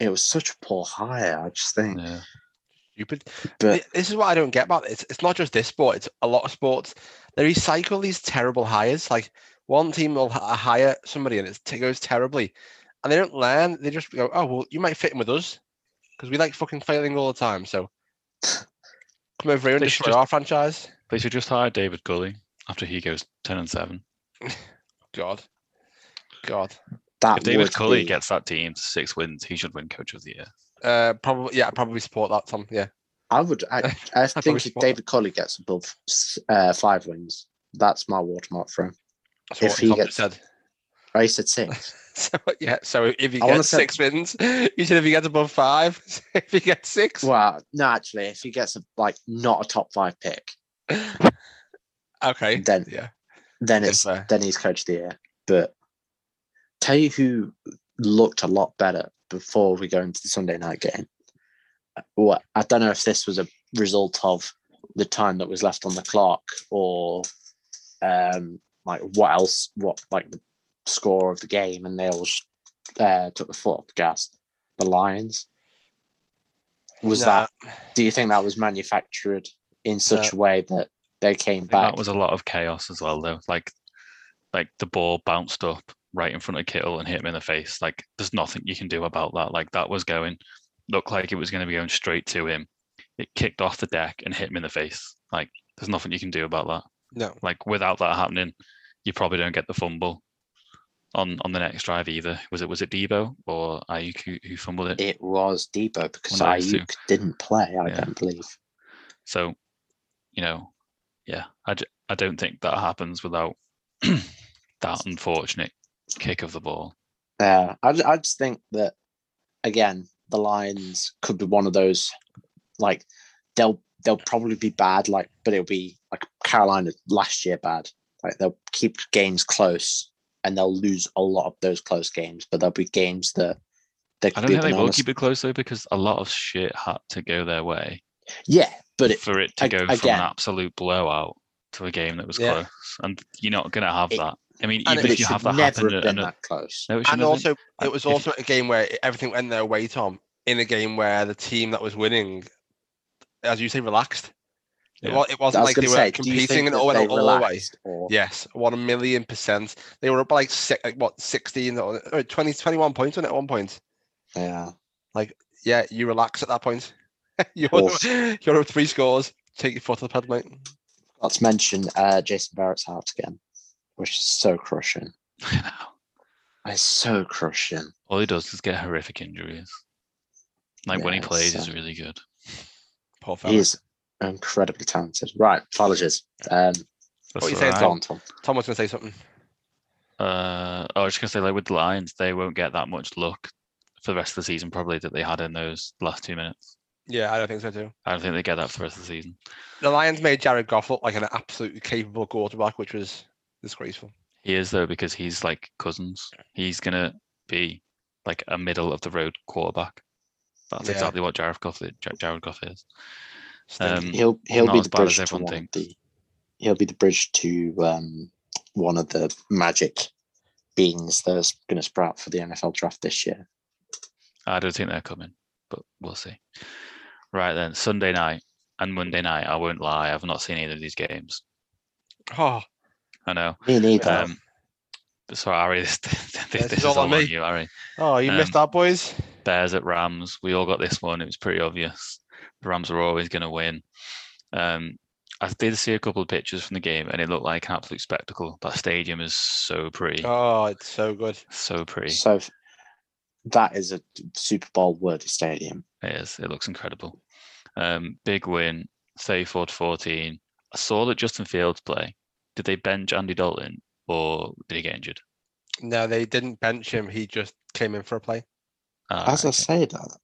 it was such a poor hire. I just think, Yeah. Stupid. but Th- this is what I don't get about it. It's, it's not just this sport, it's a lot of sports. They recycle these terrible hires. Like one team will h- hire somebody and it's, it goes terribly. And they don't learn. They just go, oh, well, you might fit in with us because we like fucking failing all the time. <laughs> So come over here and They should destroy just- our franchise. They should just hire David Gully after he goes ten and seven. God. God. that If David would Cully be- gets that team to six wins, he should win Coach of the Year. Uh, probably, yeah, I probably support that, Tom. Yeah. I would. I, I probably think if spot that. David Colley gets above s- uh, five wins, that's my watermark for him. So If what he Tom gets- just said. <laughs> I said six. So, yeah, so if he I wanna gets say- six wins, <laughs> you said if he gets above five, <laughs> if he gets six, well, no, actually, if he gets a, like not a top five pick, okay, Then- yeah, then That's it's fair. then he's coach of the year. But tell you who looked a lot better before we go into the Sunday night game. Uh, Well, I don't know if this was a result of the time that was left on the clock or um, like what else, what like the score of the game, and they all sh- uh, took the foot off the gas. The Lions. Was that? Do you think that was manufactured in such a way that they came Uh, I think back? That was a lot of chaos as well, though. Like, like the ball bounced up right in front of Kittle and hit him in the face. Like, there's nothing you can do about that. Like, that was going looked like it was going to be going straight to him. It kicked off the deck and hit him in the face. Like, there's nothing you can do about that. No. Like, without that happening, you probably don't get the fumble on on the next drive either. Was it was it Debo or Ayuk who, who fumbled it? it was Debo because One of those two. Ayuk didn't play. I Yeah. don't believe. So, you know, yeah, I, j- I don't think that happens without <clears throat> that unfortunate kick of the ball. Yeah, Uh, I, ju- I just think that again, the Lions could be one of those like they'll they'll probably be bad, like but it'll be like Carolina last year bad. Like they'll keep games close and they'll lose a lot of those close games, but there'll be games that they I could don't be think they will bananas. keep it close though, because a lot of shit had to go their way Yeah, but it, for it to ag- go from again- an absolute blowout to a game that was Yeah. close, and you're not going to have It- that. I mean, and even but it if it you should have that never happen, have at been an- that close. no, it And shouldn't have been. also, I- it was if- also a game where everything went their way, Tom, in a game where the team that was winning, as you say, relaxed. It, Yeah. wa- it wasn't I was like they gonna were say, do you competing think and that all they went all the way. relaxed or- Yes, one million percent. They were up by like, six, like what, 16 or or 20, 21 points on it at one point. yeah. Yeah, you relax at that point. <laughs> you're, Awful. you're up three scores. Take your foot off the pedal, mate. Let's mention uh, Jason Barrett's out again, which is so crushing. <laughs> It's so crushing. all he does is get horrific injuries. Like when he Yeah, it's, plays, he's uh, really good. Poor fella. He is incredibly talented. Right, apologies. Um, That's you all saying, right. go on, Tom. Tom was going to say something. Uh, I was just gonna say, like with the Lions, they won't get that much luck for the rest of the season, probably that they had in those last two minutes. Yeah, I don't think so, too. I don't think they get that for the rest of the season. The Lions made Jared Goff look like an absolutely capable quarterback, which was disgraceful. He is though because he's like cousins. He's gonna be like a middle of the road quarterback. That's Yeah. exactly what Jared Goff, i- Jar- Jared Goff is. Stinks. Um, He'll he'll not be as the bad bridge as to everyone one of thinks. the. He'll be the bridge to um, one of the magic beans that's going to sprout for the NFL draft this year. I don't think they're coming, but we'll see. Right then, Sunday night and Monday night. I won't lie, I've not seen either of these games. oh, I know. Me neither. Yeah. Um, so Ari, <laughs> this, this, This is is all all on on me. you, Ari. oh, you missed Um, out, boys. Bears at Rams. We all got this one. It was pretty obvious. The Rams were always going to win. Um, I did see a couple of pictures from the game, and it looked like an absolute spectacle. That stadium is so pretty, Oh, it's so good. so pretty. so if- that is a Super Bowl worthy stadium. It is. It looks incredible. Um, big win, 34 to 14. I saw that Justin Fields play. Did they bench Andy Dalton, or did he get injured? No, they didn't bench him. He just came in for a play. Ah, As I okay, say that,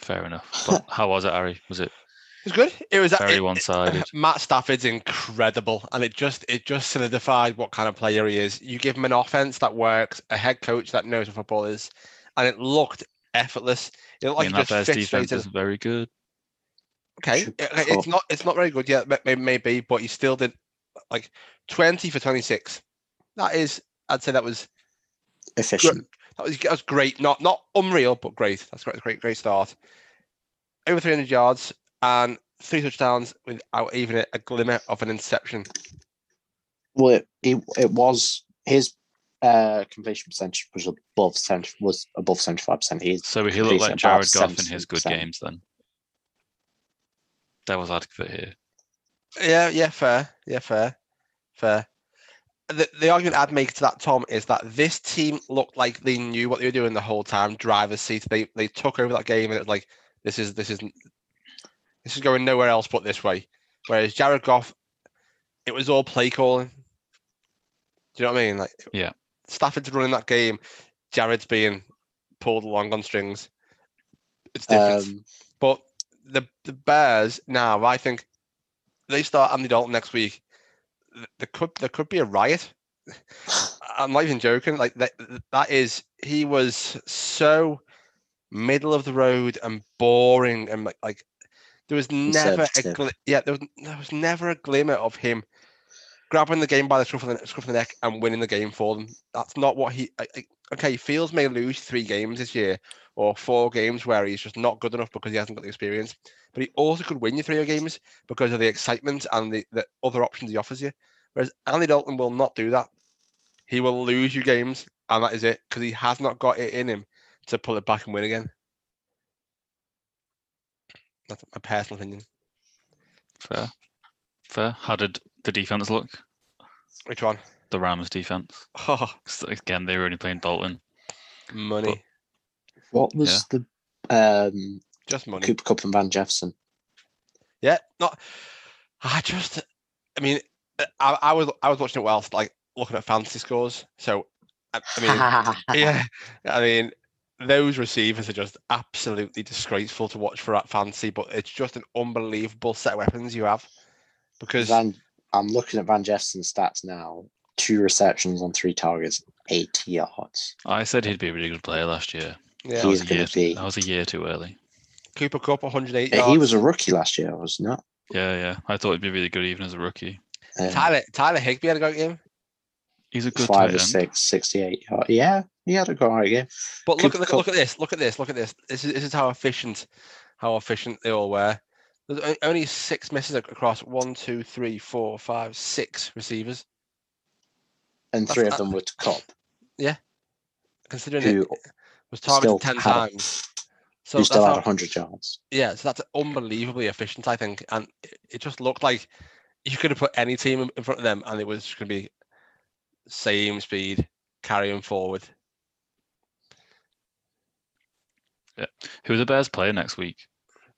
fair enough. But how was it, Ari? Was it It was good. It was very it- one-sided? <laughs> Matt Stafford's incredible, and it just it just solidified what kind of player he is. You give him an offense that works, a head coach that knows what football is, and it looked effortless. It looked I like mean, he that just Bears fits straight defense in. is very good. Okay, Should uh, be like, top. it's not it's not very good yet, maybe, maybe, but he still did like twenty for twenty six. That is, I'd say that was efficient. that was that was great. Not not unreal, but great. That's great. Great great start. Over three hundred yards and three touchdowns without even a, a glimmer of an interception. Well, it, it, it was his uh, completion percentage was above 70, was above seventy five percent. He's So he looked He's like about Jared Goff in his good 70%. games then. Devil's advocate here. Yeah, yeah, fair. Yeah, fair. Fair. The, the argument I'd make to that, Tom, is that this team looked like they knew what they were doing the whole time. Driver's seat. They they took over that game, and it was like this is this is this is going nowhere else but this way. Whereas Jared Goff, it was all play calling. Do you know what I mean? Like Yeah. Stafford's running that game. Jared's being pulled along on strings. It's different. um, But the the Bears now, I think they start Andy Dalton next week. th- There could there could be a riot. <sighs> I'm not even joking. Like that, that is he was so middle of the road and boring and like, like there was never a Conservative. gl- yeah there was, there was never a glimmer of him grabbing the game by the scruff of the, ne- scruff of the neck and winning the game for them. That's not what he. I, I- okay, Fields may lose three games this year or four games where he's just not good enough because he hasn't got the experience, but he also could win you three games because of the excitement and the, the other options he offers you. Whereas Andy Dalton will not do that. He will lose you games, and that is it because he has not got it in him to pull it back and win again. That's my personal opinion. Fair. Fair. How did the defense look? Which one? Oh, The Rams defense. Oh. 'Cause Again, they were only playing Dalton. money. What was the um, Just money. Cooper Cup and Van Jefferson? Yeah, not. I just, I mean, uh, I, I was I was watching it whilst like looking at fantasy scores. So, I, <laughs> I mean, Uh-uh. yeah, I mean, those receivers are just absolutely disgraceful to watch for at fantasy. But it's just an unbelievable set of weapons you have because Van, I'm looking at Van Jefferson's stats now. Two receptions on three targets, 80 yards. I said he'd be a really good player last year. yeah, He's That was a gonna year- be- That was a year too early. Cooper Cup 108 Uh, yards. He was a rookie last year, was he not? Yeah, yeah. I thought he'd be really good even as a rookie. Um, Tyler Tyler Higby had a go at him. He's a good five or tight end. six, 68 yards. Yeah, he had a go right game. But look Cooper at look, Kupp- look at this. Look at this. Look at this. This is, this is how efficient, how efficient they all were. There's o- only six misses ac- across one, two, three, four, five, six receivers. And That's three of not- them were to Cop, Considering who it was still targeted ten had, a- times, so who that's still had how, 100 yards. yeah, so that's unbelievably efficient, I think. And it, it just looked like you could have put any team in- in front of them, and it was just going to be same speed carrying forward. Who the Bears play next week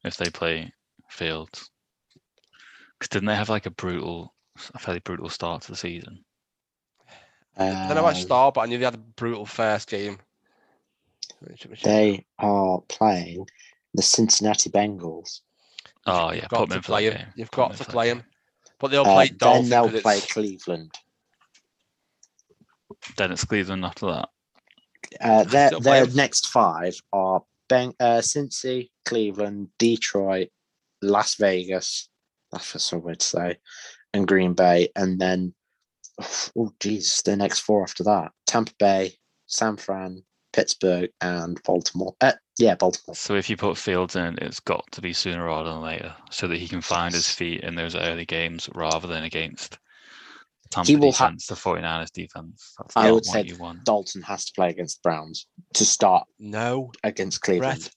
if they play Fields? Because didn't they have like a brutal, a fairly brutal start to the season? I don't know about Um, Star, but I knew they had a brutal first game. Which- which- They are playing the Cincinnati Bengals. Oh yeah, got put them to in for play that 'em. game. You've Put got them in to for that play game. him. But they'll Uh, play then Dolphins. they'll 'cause play it's- <laughs> Cleveland. Then it's Cleveland after that. Uh, their They'll play their them. next five are ben, uh, Cincy, Cleveland, Detroit, Las Vegas. That's what some would say, and Green Bay, and then <sighs> oh jeez, the next four after that: Tampa Bay, San Fran, Pittsburgh, and Baltimore. Uh, yeah, Baltimore. So if you put Fields in, it's got to be sooner rather than later, so that he can find his Yes. feet in those early games rather than against Tampa will ha- defense, the 49ers defense. That's I not would what say you want. Dalton has to play against the Browns to start No, against Cleveland. Brett.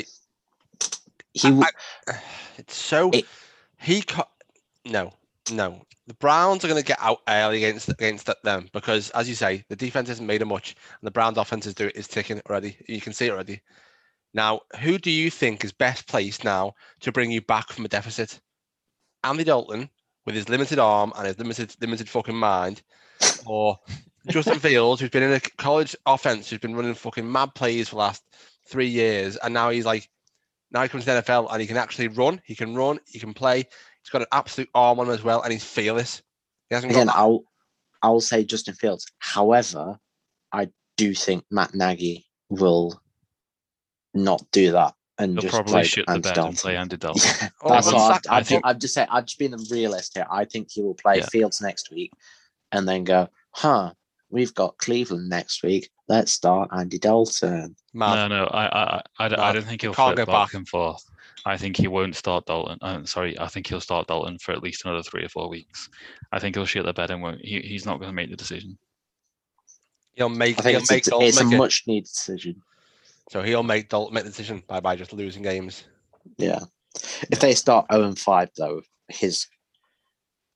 Okay, He w- <sighs> it's so It- he co- no no the Browns are going to get out early against against th- them because as you say the defense isn't made of much and the Browns offense is do is ticking already you can see it already. Now who do you think is best placed now to bring you back from a deficit? Andy Dalton with his limited arm and his limited limited <laughs> fucking mind, or Justin Fields who's been in a c- college offense who's been running fucking mad plays for the last three years and now he's like now he comes to the NFL and he can actually run. He can run. He can play. He's got an absolute arm on him as well, and he's fearless. He hasn't Again, got. I'll I'll say Justin Fields. However, I do think Matt Nagy will not do that and They'll just probably play shoot the Andy bed and Dalton. <laughs> play Andy Dalton. Yeah, Oh, that's I'm what sac- I, I I think. think- I've just said. I've just been a realist here. I think he will play Yeah. Fields next week, and then go, "Huh, we've got Cleveland next week. Let's start Andy Dalton." mad. No, no, I, I, I, I d- I Mad. don't think You he'll can't flip go back, back. and forth. I think he won't start Dalton. I'm sorry, I think he'll start Dalton for at least another three or four weeks. I think he'll shit the bed and won't. He, he's not going to make the decision. He'll make. I think He'll it's, make. a, Dalton it's a make it. much needed decision. so he'll make Dalton make the decision by by just losing games. Yeah. If they start zero and five, though, his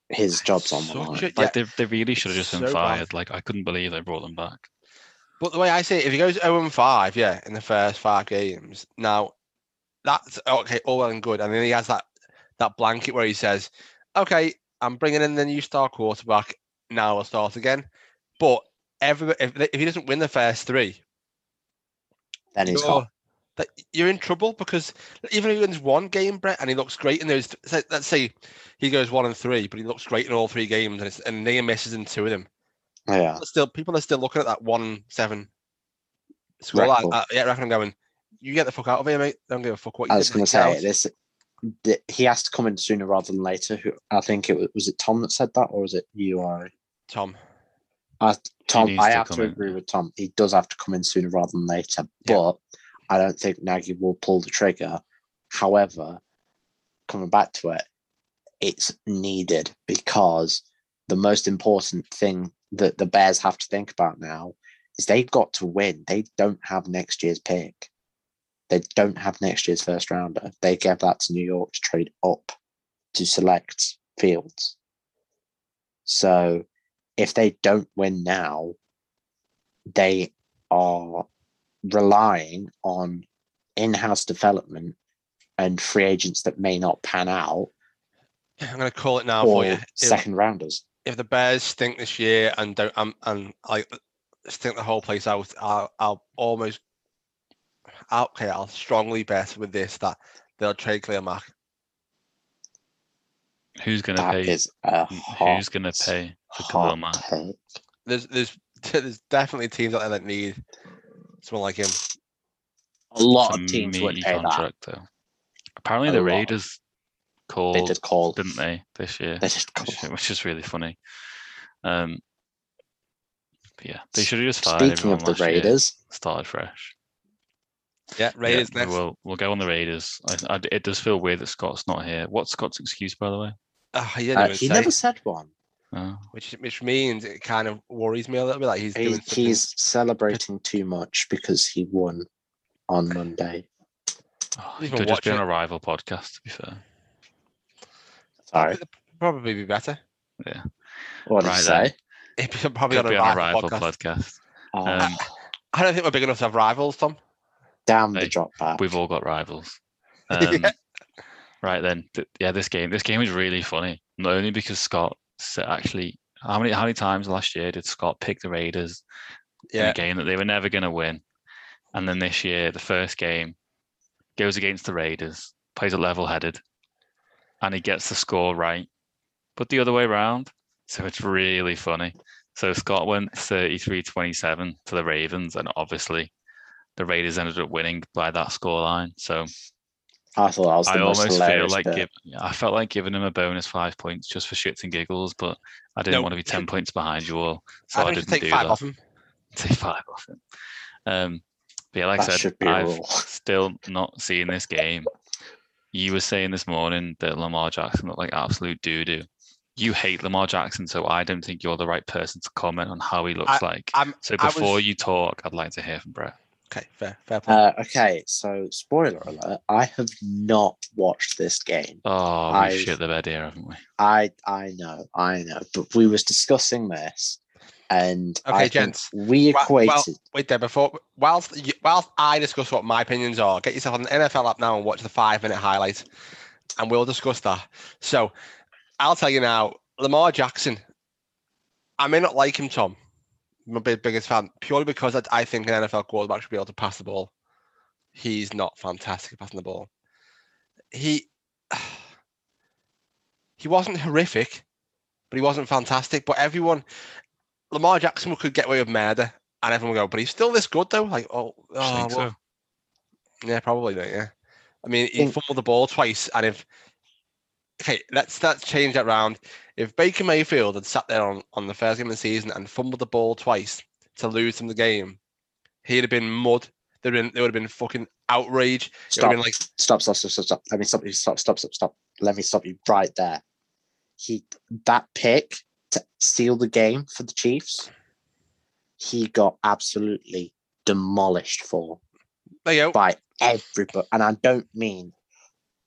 his job's on the Such line. a- Like yeah. they, they really should have it's just been so bad. fired. Like I couldn't believe they brought them back. But the way I see it, if he goes 0 and 5, yeah, in the first five games, now that's okay, all well and good. And then he has that that blanket where he says, "Okay, I'm bringing in the new star quarterback. Now I'll start again." But every if, they- if he doesn't win the first three, Then he's you're, got that you're in trouble because even if he wins one game, Brett, and he looks great in those. th- say- Let's say he goes one and three, but he looks great in all three games, and it's, and Nia misses in two of them. Yeah. People are still people are still looking at that one seven score. Record. Like, uh, yeah, I reckon I'm going. You get the fuck out of here, mate. I don't give a fuck what you I was did going to the say cows." this. th- He has to come in sooner rather than later. Who I think it was, was it Tom that said that, or was it you? Or Tom. <laughs> I, Tom, needs I to have to come in. agree with Tom. He does have to come in sooner rather than later, Yeah. but I don't think Nagy will pull the trigger. However, coming back to it, it's needed because the most important thing that the Bears have to think about now is they've got to win. They don't have next year's pick. They don't have next year's first rounder. They gave that to New York to trade up to select Fields. So if they don't win now, they are relying on in-house development and free agents that may not pan out I'm going to call it now for or you. If, second rounders. if the Bears stink this year and don't um, and like stink the whole place out, I'll, I'll almost. I'll, okay, I'll strongly bet with this that they'll trade Clear Mack. Who's going to That pay? is a hot, Who's going to pay for Khalil hot Mack? take. There's there's <laughs> there's definitely teams out there that need someone like him. A lot It's of a teams would meaty pay that. contract, though. Apparently, A the lot. Raiders They called, did call. didn't they, this year? They did call. which, which is really funny. Um, but yeah, they should have just fired Speaking everyone of the last year, Raiders, started fresh. Yeah, Yeah, Raiders next. We'll we'll go on the Raiders. I, I, it does feel weird that Scott's not here. What's Scott's excuse, by the way? Ah, he didn't uh, even he say, never said one. Oh, which which means it kind of worries me a little bit. Like he's He- doing something- <laughs> he's celebrating too much because he won on Monday. oh, Even could just be on watching- a rival podcast. To be fair, Sorry, probably be better. <laughs> what did Right he then. say? It'd be probably could on a, be on a rival rival podcast. <laughs> Oh. podcast. Ah, Um, I don't think we're big enough to have rivals, Tom. damn the hey, drop back. We've all got rivals. <laughs> Yeah. Um, Right then, Th- yeah, this game, this game is really funny. Not only because Scott s- actually, how many how many times last year did Scott pick the Raiders in Yeah, a game that they were never going to win. And then this year, the first game goes against the Raiders, plays it level headed, and he gets the score right, but the other way round. So it's really funny. So Scott went 33 27 to the Ravens, and obviously the Raiders ended up winning by that scoreline. So I thought that was the I most almost feel hilarious like bit. give, yeah, I felt like giving him a bonus five points just for shits and giggles, but I didn't No, want to be you 10 should- points behind you all. So I I, think we should didn't take do five that off him. <laughs> take five off him. Um, but yeah, like That I said, should be a I've rule. <laughs> still not seen this game. You were saying this morning that Lamar Jackson looked like absolute doo doo. You hate Lamar Jackson, so I don't think you're the right person to comment on how he looks like. I'm, so I was- before you talk, I'd like to hear from Brett. Okay, fair, fair play. Uh, okay, so spoiler alert: I have not watched this game. Oh, we I- shit the bed here, haven't we? I I know, I know, but we was discussing this, and Okay, I think gents. we Wha- well- equated. Wait there before whilst you, whilst I discuss what my opinions are, get yourself on the NFL app now and watch the five minute highlight, and we'll discuss that. So I'll tell you now, Lamar Jackson. I may not like him, Tom. I'm a big, biggest fan purely because I, I think an NFL quarterback should be able to pass the ball. He's not fantastic at passing the ball. He <sighs> he wasn't horrific, but he wasn't fantastic. But everyone, Lamar Jackson could get away with murder, and everyone would go, but he's still this good though. Like, oh, I oh think well, so. yeah, probably not. Yeah, I mean, he Think- fumbled the ball twice, and if okay, let's let's change that round. If Baker Mayfield had sat there on, on the first game of the season and fumbled the ball twice to lose him the game, he'd have been mud. There'd been there would have been fucking outrage. It would Stop, have been like stop, stop, stop, stop, stop. Let me stop you. Stop, stop, stop, stop. Let me stop you right there. He that pick to seal the game for the Chiefs. He got absolutely demolished for. there you go. by everybody, and I don't mean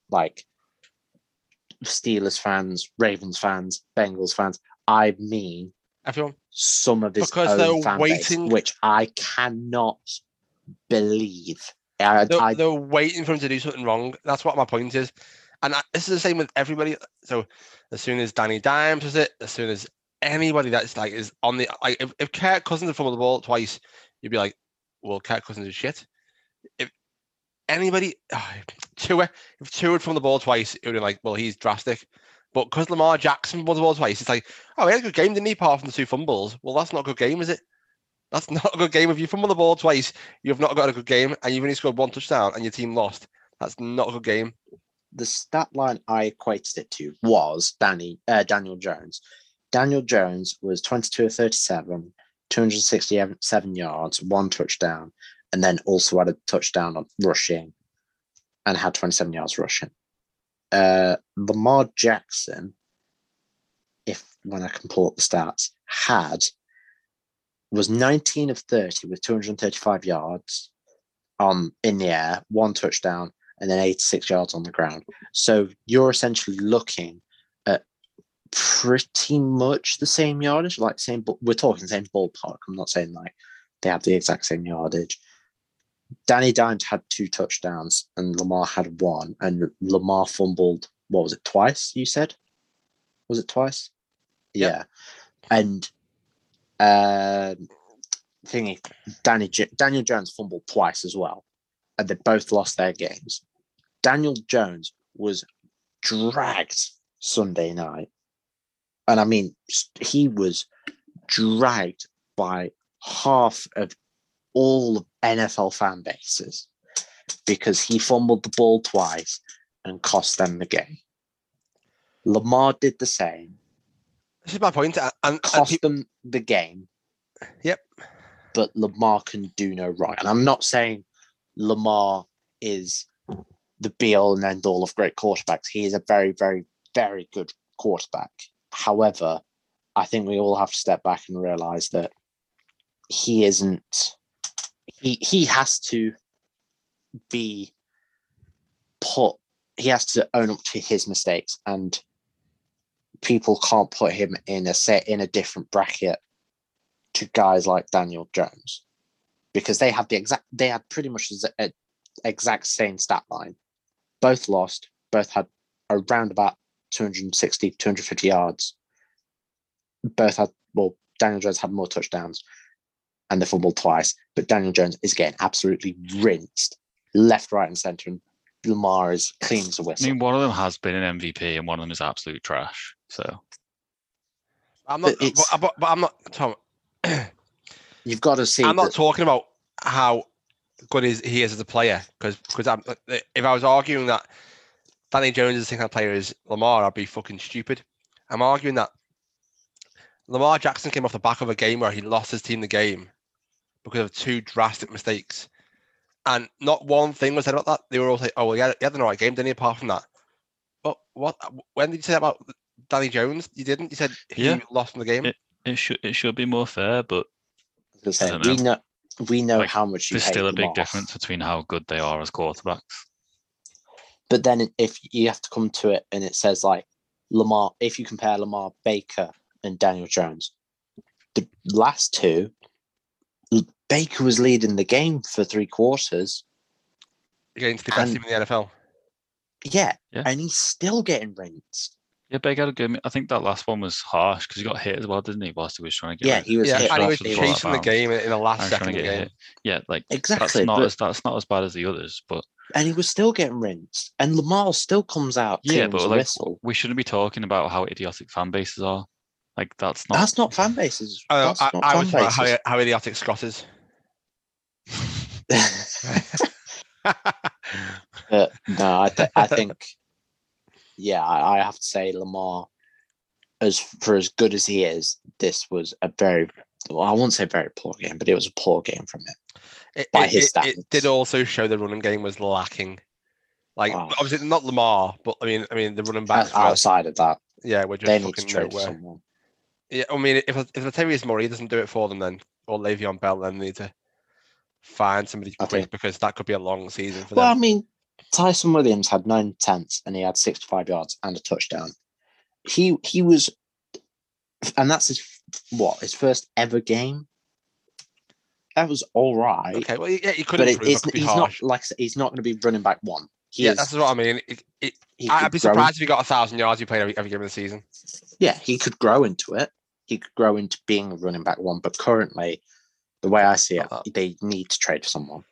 like Steelers fans, Ravens fans, Bengals fans. I mean Everyone, some of his Because own they're fan waiting- base, which I cannot believe. I, they're, I, they're waiting for him to do something wrong. That's what my point is. And I, this is the same with everybody. So as soon as Danny Dimes does it, as soon as anybody that's like is on the like if, if Kirk Cousins had fumbled the ball twice, you'd be like, well, Kirk Cousins is shit. If <sighs> anybody, Tua, if Tua had fumbled the ball twice, it would be like, well, he's drastic. But because Lamar Jackson was all twice, it's like, oh, he had a good game, didn't he? Apart from the two fumbles. Well, that's not a good game, is it? That's <laughs> not a good game. If you fumble the ball twice, you've not got a good game, and you've only scored one touchdown, and your team lost. That's not a good game. the stat line I equated it to was Danny uh, Daniel Jones. Daniel Jones was 22 of 37, 267 yards, one touchdown, and then also had a touchdown on rushing and had 27 yards rushing. Uh, Lamar Jackson, if when I can pull up the stats, had was 19 of 30 with 235 yards um in the air, one touchdown, and then 86 yards on the ground. So you're essentially looking at pretty much the same yardage, like same. bu- We're talking same ballpark. I'm not saying like they have the exact same yardage. Danny Dimes had two touchdowns and Lamar had one, and Lamar fumbled. What was it? Twice? You said? Was it twice? Yep. Yeah. And um, thingy, Danny J- Daniel Jones fumbled twice as well, and they both lost their games. Daniel Jones was dragged Sunday night, and I mean s- he was dragged by half of all of NFL fan bases because he fumbled the ball twice and cost them the game. Lamar did the same, This is my point, And, and, and cost peop- them the game. Yep. But Lamar can do no right. And I'm not saying Lamar is the be all and end all of great quarterbacks. He is a very, very, very good quarterback. However, I think we all have to step back and realize that he isn't he he has to be put he has to own up to his mistakes and people can't put him in a set in a different bracket to guys like Daniel Jones because they had the exact they had pretty much the ex- exact same stat line. Both lost, both had around about 260 250 yards. Both had well Daniel Jones had more touchdowns and they fumbled twice, but Daniel Jones is getting absolutely rinsed left right and center and Lamar is clean as a I whistle. mean, one of them has been an MVP and one of them is absolute trash. So I'm not. But, it's- but, but I'm not. Tom, <clears throat> You've got to see I'm not that- talking about how good is he is as a player because because I'm if I was arguing that Danny Jones is the same kind of player as Lamar, I'd be fucking stupid. I'm arguing that Lamar Jackson came off the back of a game where he lost his team the game because of two drastic mistakes, and not one thing was said about that. They were all like, "Oh, well, he had, he had an alright game, didn't he?" Apart from that, but what? When did you say that about Danny Jones? You didn't. You said he Yeah. lost in the game. it should it should be more fair, but to say, don't we know we know Like, how much you there's hate still a big Lamar, difference between how good they are as quarterbacks. But then if you have to come to it and it says like Lamar, if you compare Lamar Baker and Daniel Jones, the last two, L- Baker was leading the game for three quarters. Against the best And- team in the NFL. Yeah, Yeah. and he's still getting rinsed. Yeah, Big had a good. I think that last one was harsh because he got hit as well, didn't he? Whilst he was trying to get Yeah, rid- he was Yeah, hit. and he by was after the ball out of chasing the bounds. game in the last and second trying of to the get game. hit. Yeah, like Exactly, that's not but- as that's not as bad as the others, but and he was still getting rinsed. And Lamar still comes out Yeah, clean but as a like, whistle. we shouldn't be talking about how idiotic fan bases are. Like that's not. That's not fan bases. Oh, That's I, not I fan was talking about bases. how, how idiotic Scott is. <laughs> But no, I, th- <laughs> I think, yeah, I, I have to say Lamar, as for as good as he is, this was a very, well, I won't say very poor game, but it was a poor game from him. <laughs> It, By it- his it- it did standards. also show the running game was lacking. Like Wow. obviously not Lamar, but I mean, I mean the running backs. Out- were- Outside of that, yeah, we're they just need to fucking trade nowhere. someone. Yeah, I mean, if if Latavius Murray doesn't do it for them, then or Le'Veon Bell, then they need to find somebody I quick think- because that could be a long season for Well, I them. mean, Tyson Williams had nine tenths and he had 65 yards and a touchdown. He he was, and that's his what his first ever game. That was all right. Okay, well, yeah, he could but it, improve. But it's, could be he's harsh. not like I said, he's not going to be running back one. He yeah, is, that's what I mean. It- it- he I- I'd could be grow- surprised if he got a thousand yards. He played every, every game of the season. yeah, he could grow into it. He could grow into being a running back one. But currently, the way I see it, Uh-huh. Not they need to trade for someone.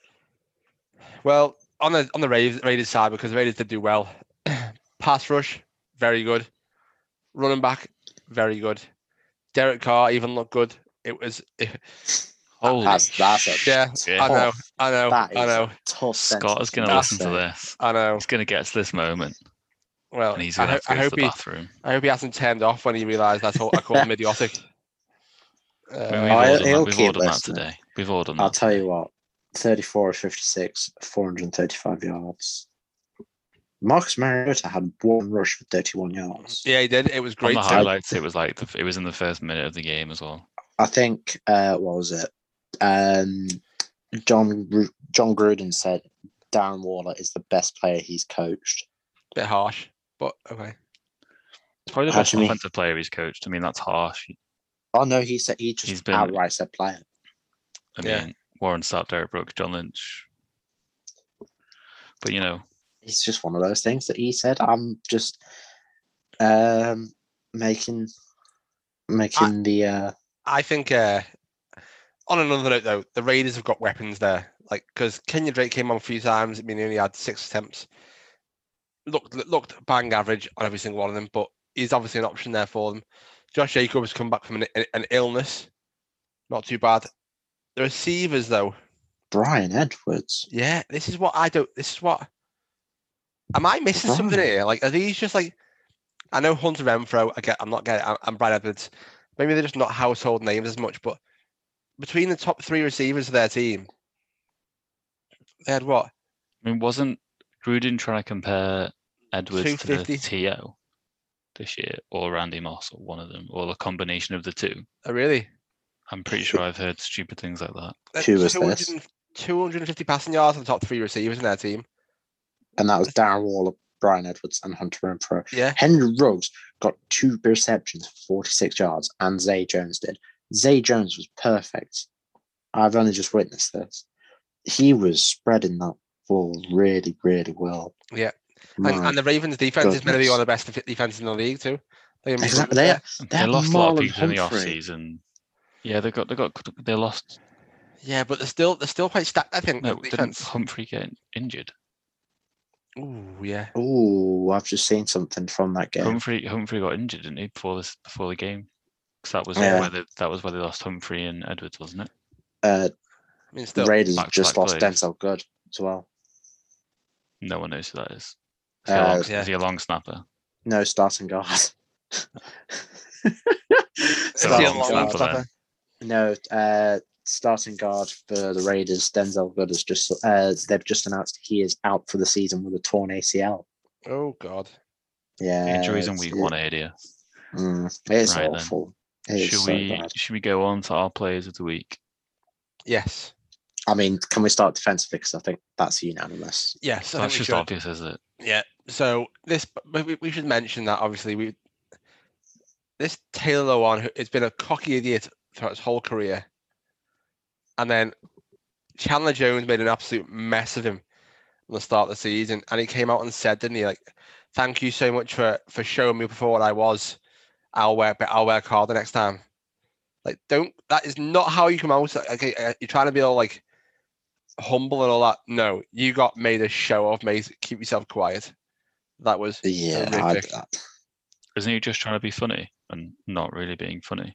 Well, <clears throat> on the on the Raiders, Raiders side, because the Raiders did do well. Pass rush, very good. Running back, very good. Derek Carr even looked good. It was, <laughs> Holy That's, that's a yeah, I Yeah. know, I know, That I is know, a tough. Scott is going to That's listen to this. I know. He's going to get to this moment, Well, and he's I, going to have to ho- I go to hope the he, bathroom. I hope he hasn't turned off when he realised that's all I called <laughs> him idiotic. I mean, Uh, we've all I'll- he'll done that. We've all keep done that listening. today. We've all done I'll that. tell you what, 34 of 56, 435 yards. Marcus Mariota had one rush for 31 yards. yeah, he did. It On was great. the to- highlights, it was like the, it was in the first minute of the game as well. I think, uh, what was it? Um, John Gru- John Gruden said Darren Waller is the best player he's coached. bit harsh, but okay. It's probably the How best do you mean? offensive player he's coached. I mean, that's harsh. Oh, no, he said he He's just been- outright said player. I mean, Yeah. Warren Sapp, Derek Brooks, John Lynch. But you know, It's just one of those things that he said. I'm just um, making making the. Uh, I think uh, on another note though, the Raiders have got weapons there. Like because Kenya Drake came on a few times. I mean, he only had six attempts. Looked looked bang average on every single one of them, but he's obviously an option there for them. Josh Jacobs come back from an, an illness, not too bad. The receivers though, Brian Edwards. yeah, this is what I don't. This is what. Am I missing something Right. here? Like, are these just like? I know Hunter Renfro. I get. I'm not getting. I'm, I'm Brad Edwards. Maybe they're just not household names as much. But between the top three receivers of their team, they had what? I mean, wasn't Gruden trying to compare Edwards to 250? the TO this year, or Randy Moss, or one of them, or a combination of the two? Oh, really? uh, I'm pretty sure I've heard stupid things like that. That's Who was this? 200 250 passing yards on the top three receivers in their team. and that was Darren Waller, Brian Edwards, and Hunter Renfro. Yeah. Henry Ruggs got two receptions for 46 yards, and Zay Jones did. Zay Jones was perfect. I've only just witnessed this. He was spreading that ball really, really well. Yeah. My- And, and the Ravens' defense is maybe goodness. one of the best def- defenses in the league too. They, Exactly. They, they They had lost a lot of Marlon people in the off Humphrey. season. Yeah, they got they got they lost. yeah, but they're still they're still quite stacked. I think. No, didn't defense. Humphrey get injured? Ooh, yeah. Oh, I've just seen something from that game. Humphrey Humphrey got injured, didn't he, before this before the game? 'Cause that was Yeah. where they, that was where they lost Humphrey and Edwards, wasn't it? Uh, I mean, the still. Raiders back-to-back just lost plays. Denzel Good as well. No one knows who that is. Is he, a, Uh, long, Yeah. is he a long snapper? No starting guard. Still a Starting long guard. snapper then. No, uh, starting guard for the Raiders, Denzel Good has just uh, they've just announced he is out for the season with a torn ACL. Oh God. Yeah, Injuries in it's- week it- one, Adia. mm, it's Right then. awful. It's Should so we bad. should we go on to our players of the week? Yes. I mean, can we start defensively? Because I think that's unanimous. Yes. I That's think we just should. obvious, isn't it? Yeah. So this, but we, we should mention that obviously we, this Taylor Lewan who has been a cocky idiot throughout his whole career, and then Chandler Jones made an absolute mess of him at the start of the season, and he came out and said, didn't he, like, thank you so much for for showing me before what I was. I'll wear, but I'll work harder next time. Like, don't. That is not how you come out. Like, okay, uh, you're trying to be all like humble and all that. No, you got made a show of, mate. Keep yourself quiet. That was Yeah, I, Horrific. I- Isn't he just trying to be funny and not really being funny?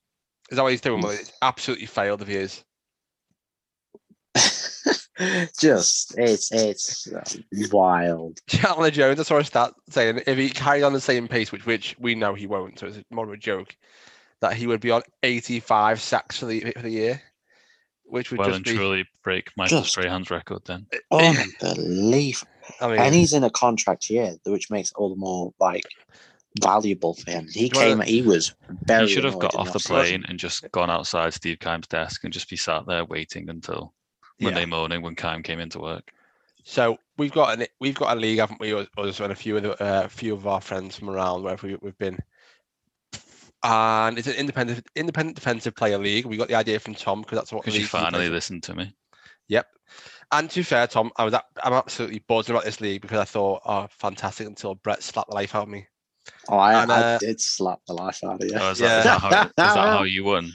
is that what he's doing? Well, it's absolutely failed of his. <laughs> just it's it's uh, wild. Chandler Jones, I saw a stat saying if he carried on the same pace, which which we know he won't, so it's more of a joke, that he would be on 85 sacks for the, for the year, which would well just and be. truly break Michael Just- Strahan's record then. Oh, Unbelievable. <laughs> I mean, Oh, and he's in a contract year, which makes it all the more like valuable for him. He Do you came, wanna- he was very. he should have annoyed got in off the offseason. plane and just gone outside Steve Kime's desk and just be sat there waiting until yeah. Monday morning when Kime came into work. So we've got an, we've got a league, haven't we? Us us and a few of the, uh, a few of our friends from around wherever we, we've been. And it's an independent independent defensive player league. We got the idea from Tom because that's what. Because you league he finally plays. listened to me. Yep. And to be fair, Tom, I was a- I'm absolutely buzzing about this league because I thought, oh, fantastic! Until Brett slapped the life out of me. Oh, I, And, I uh, did slap the life out of you. Oh, is, that, is, that how, is <laughs> that how you won?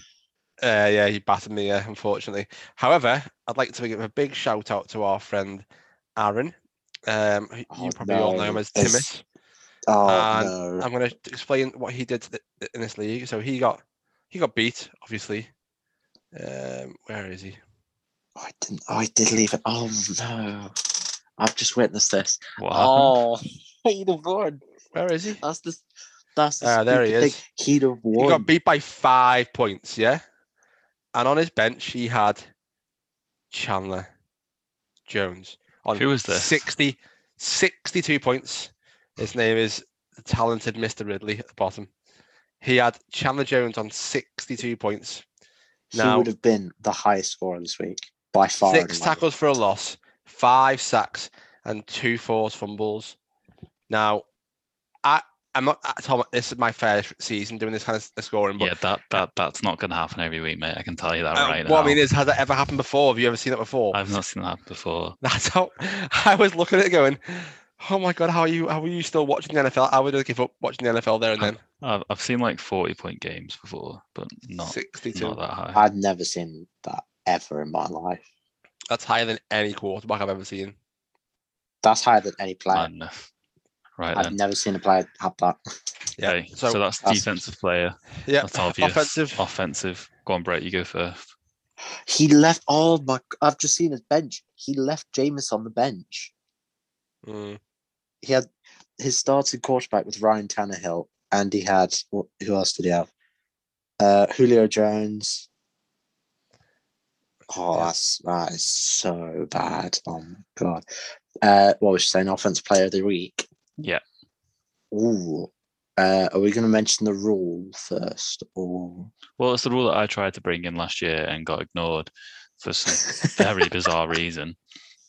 Uh, yeah, he battered me, uh, unfortunately. However, I'd like to give a big shout out to our friend Aaron. Um, who you Oh, probably all know him no. as It's- Timmit. Oh and no! I'm going to explain what he did to the- in this league. So he got he got beat, obviously. Um, where is he? Oh, I didn't. Oh, I did leave it. Oh no! I've just witnessed this. What happened? Oh, <laughs> he'd have won. Where is he? He That's the. That's the. Ah, there stupid he Thing. is. He'd have won. got beat by five points, yeah. And on his bench, he had Chandler Jones on Who is this? 60, 62 points. His name is the talented Mr. Ridley at the bottom. He had Chandler Jones on 62 points. he now- would have been the highest scorer this week by far. and six away. tackles for a loss, five sacks, and two forced fumbles. Now, I I'm not I- Tom. This is my first season doing this kind of s- scoring, but yeah, that that that's not going to happen every week, mate. I can tell you that uh, right what now. I mean is, has that ever happened before? Have you ever seen that before? I've not seen that happen before. <laughs> That's how I was looking at it, going, "Oh my god, how are you? How are you still watching the NFL? I would have give up watching the NFL there and then." I've, I've seen like forty point games before, but not Sixty-two. not that high. I've never seen that ever in my life. That's higher than any quarterback I've ever seen. That's higher than any player. Not enough. Right I've then. never seen a player have that. Yeah. Okay, so, so, that's that's- defensive player. yeah, That's obvious. Oh. offensive. Offensive. Go on, Brett. You go first. He left. Oh my! g- I've just seen his bench. He left Jameis on the bench. Mm, He had his starting quarterback with Ryan Tannehill, and he had wh- who else did he have? Uh, Julio Jones. Oh, Yeah. that's that is so bad. Oh my god! Uh, what was she saying? Offense player of the week. Yeah. Ooh. Uh, are we going to mention the rule first, <laughs> or Well, it's the rule that I tried to bring in last year and got ignored for <laughs> some very bizarre reason.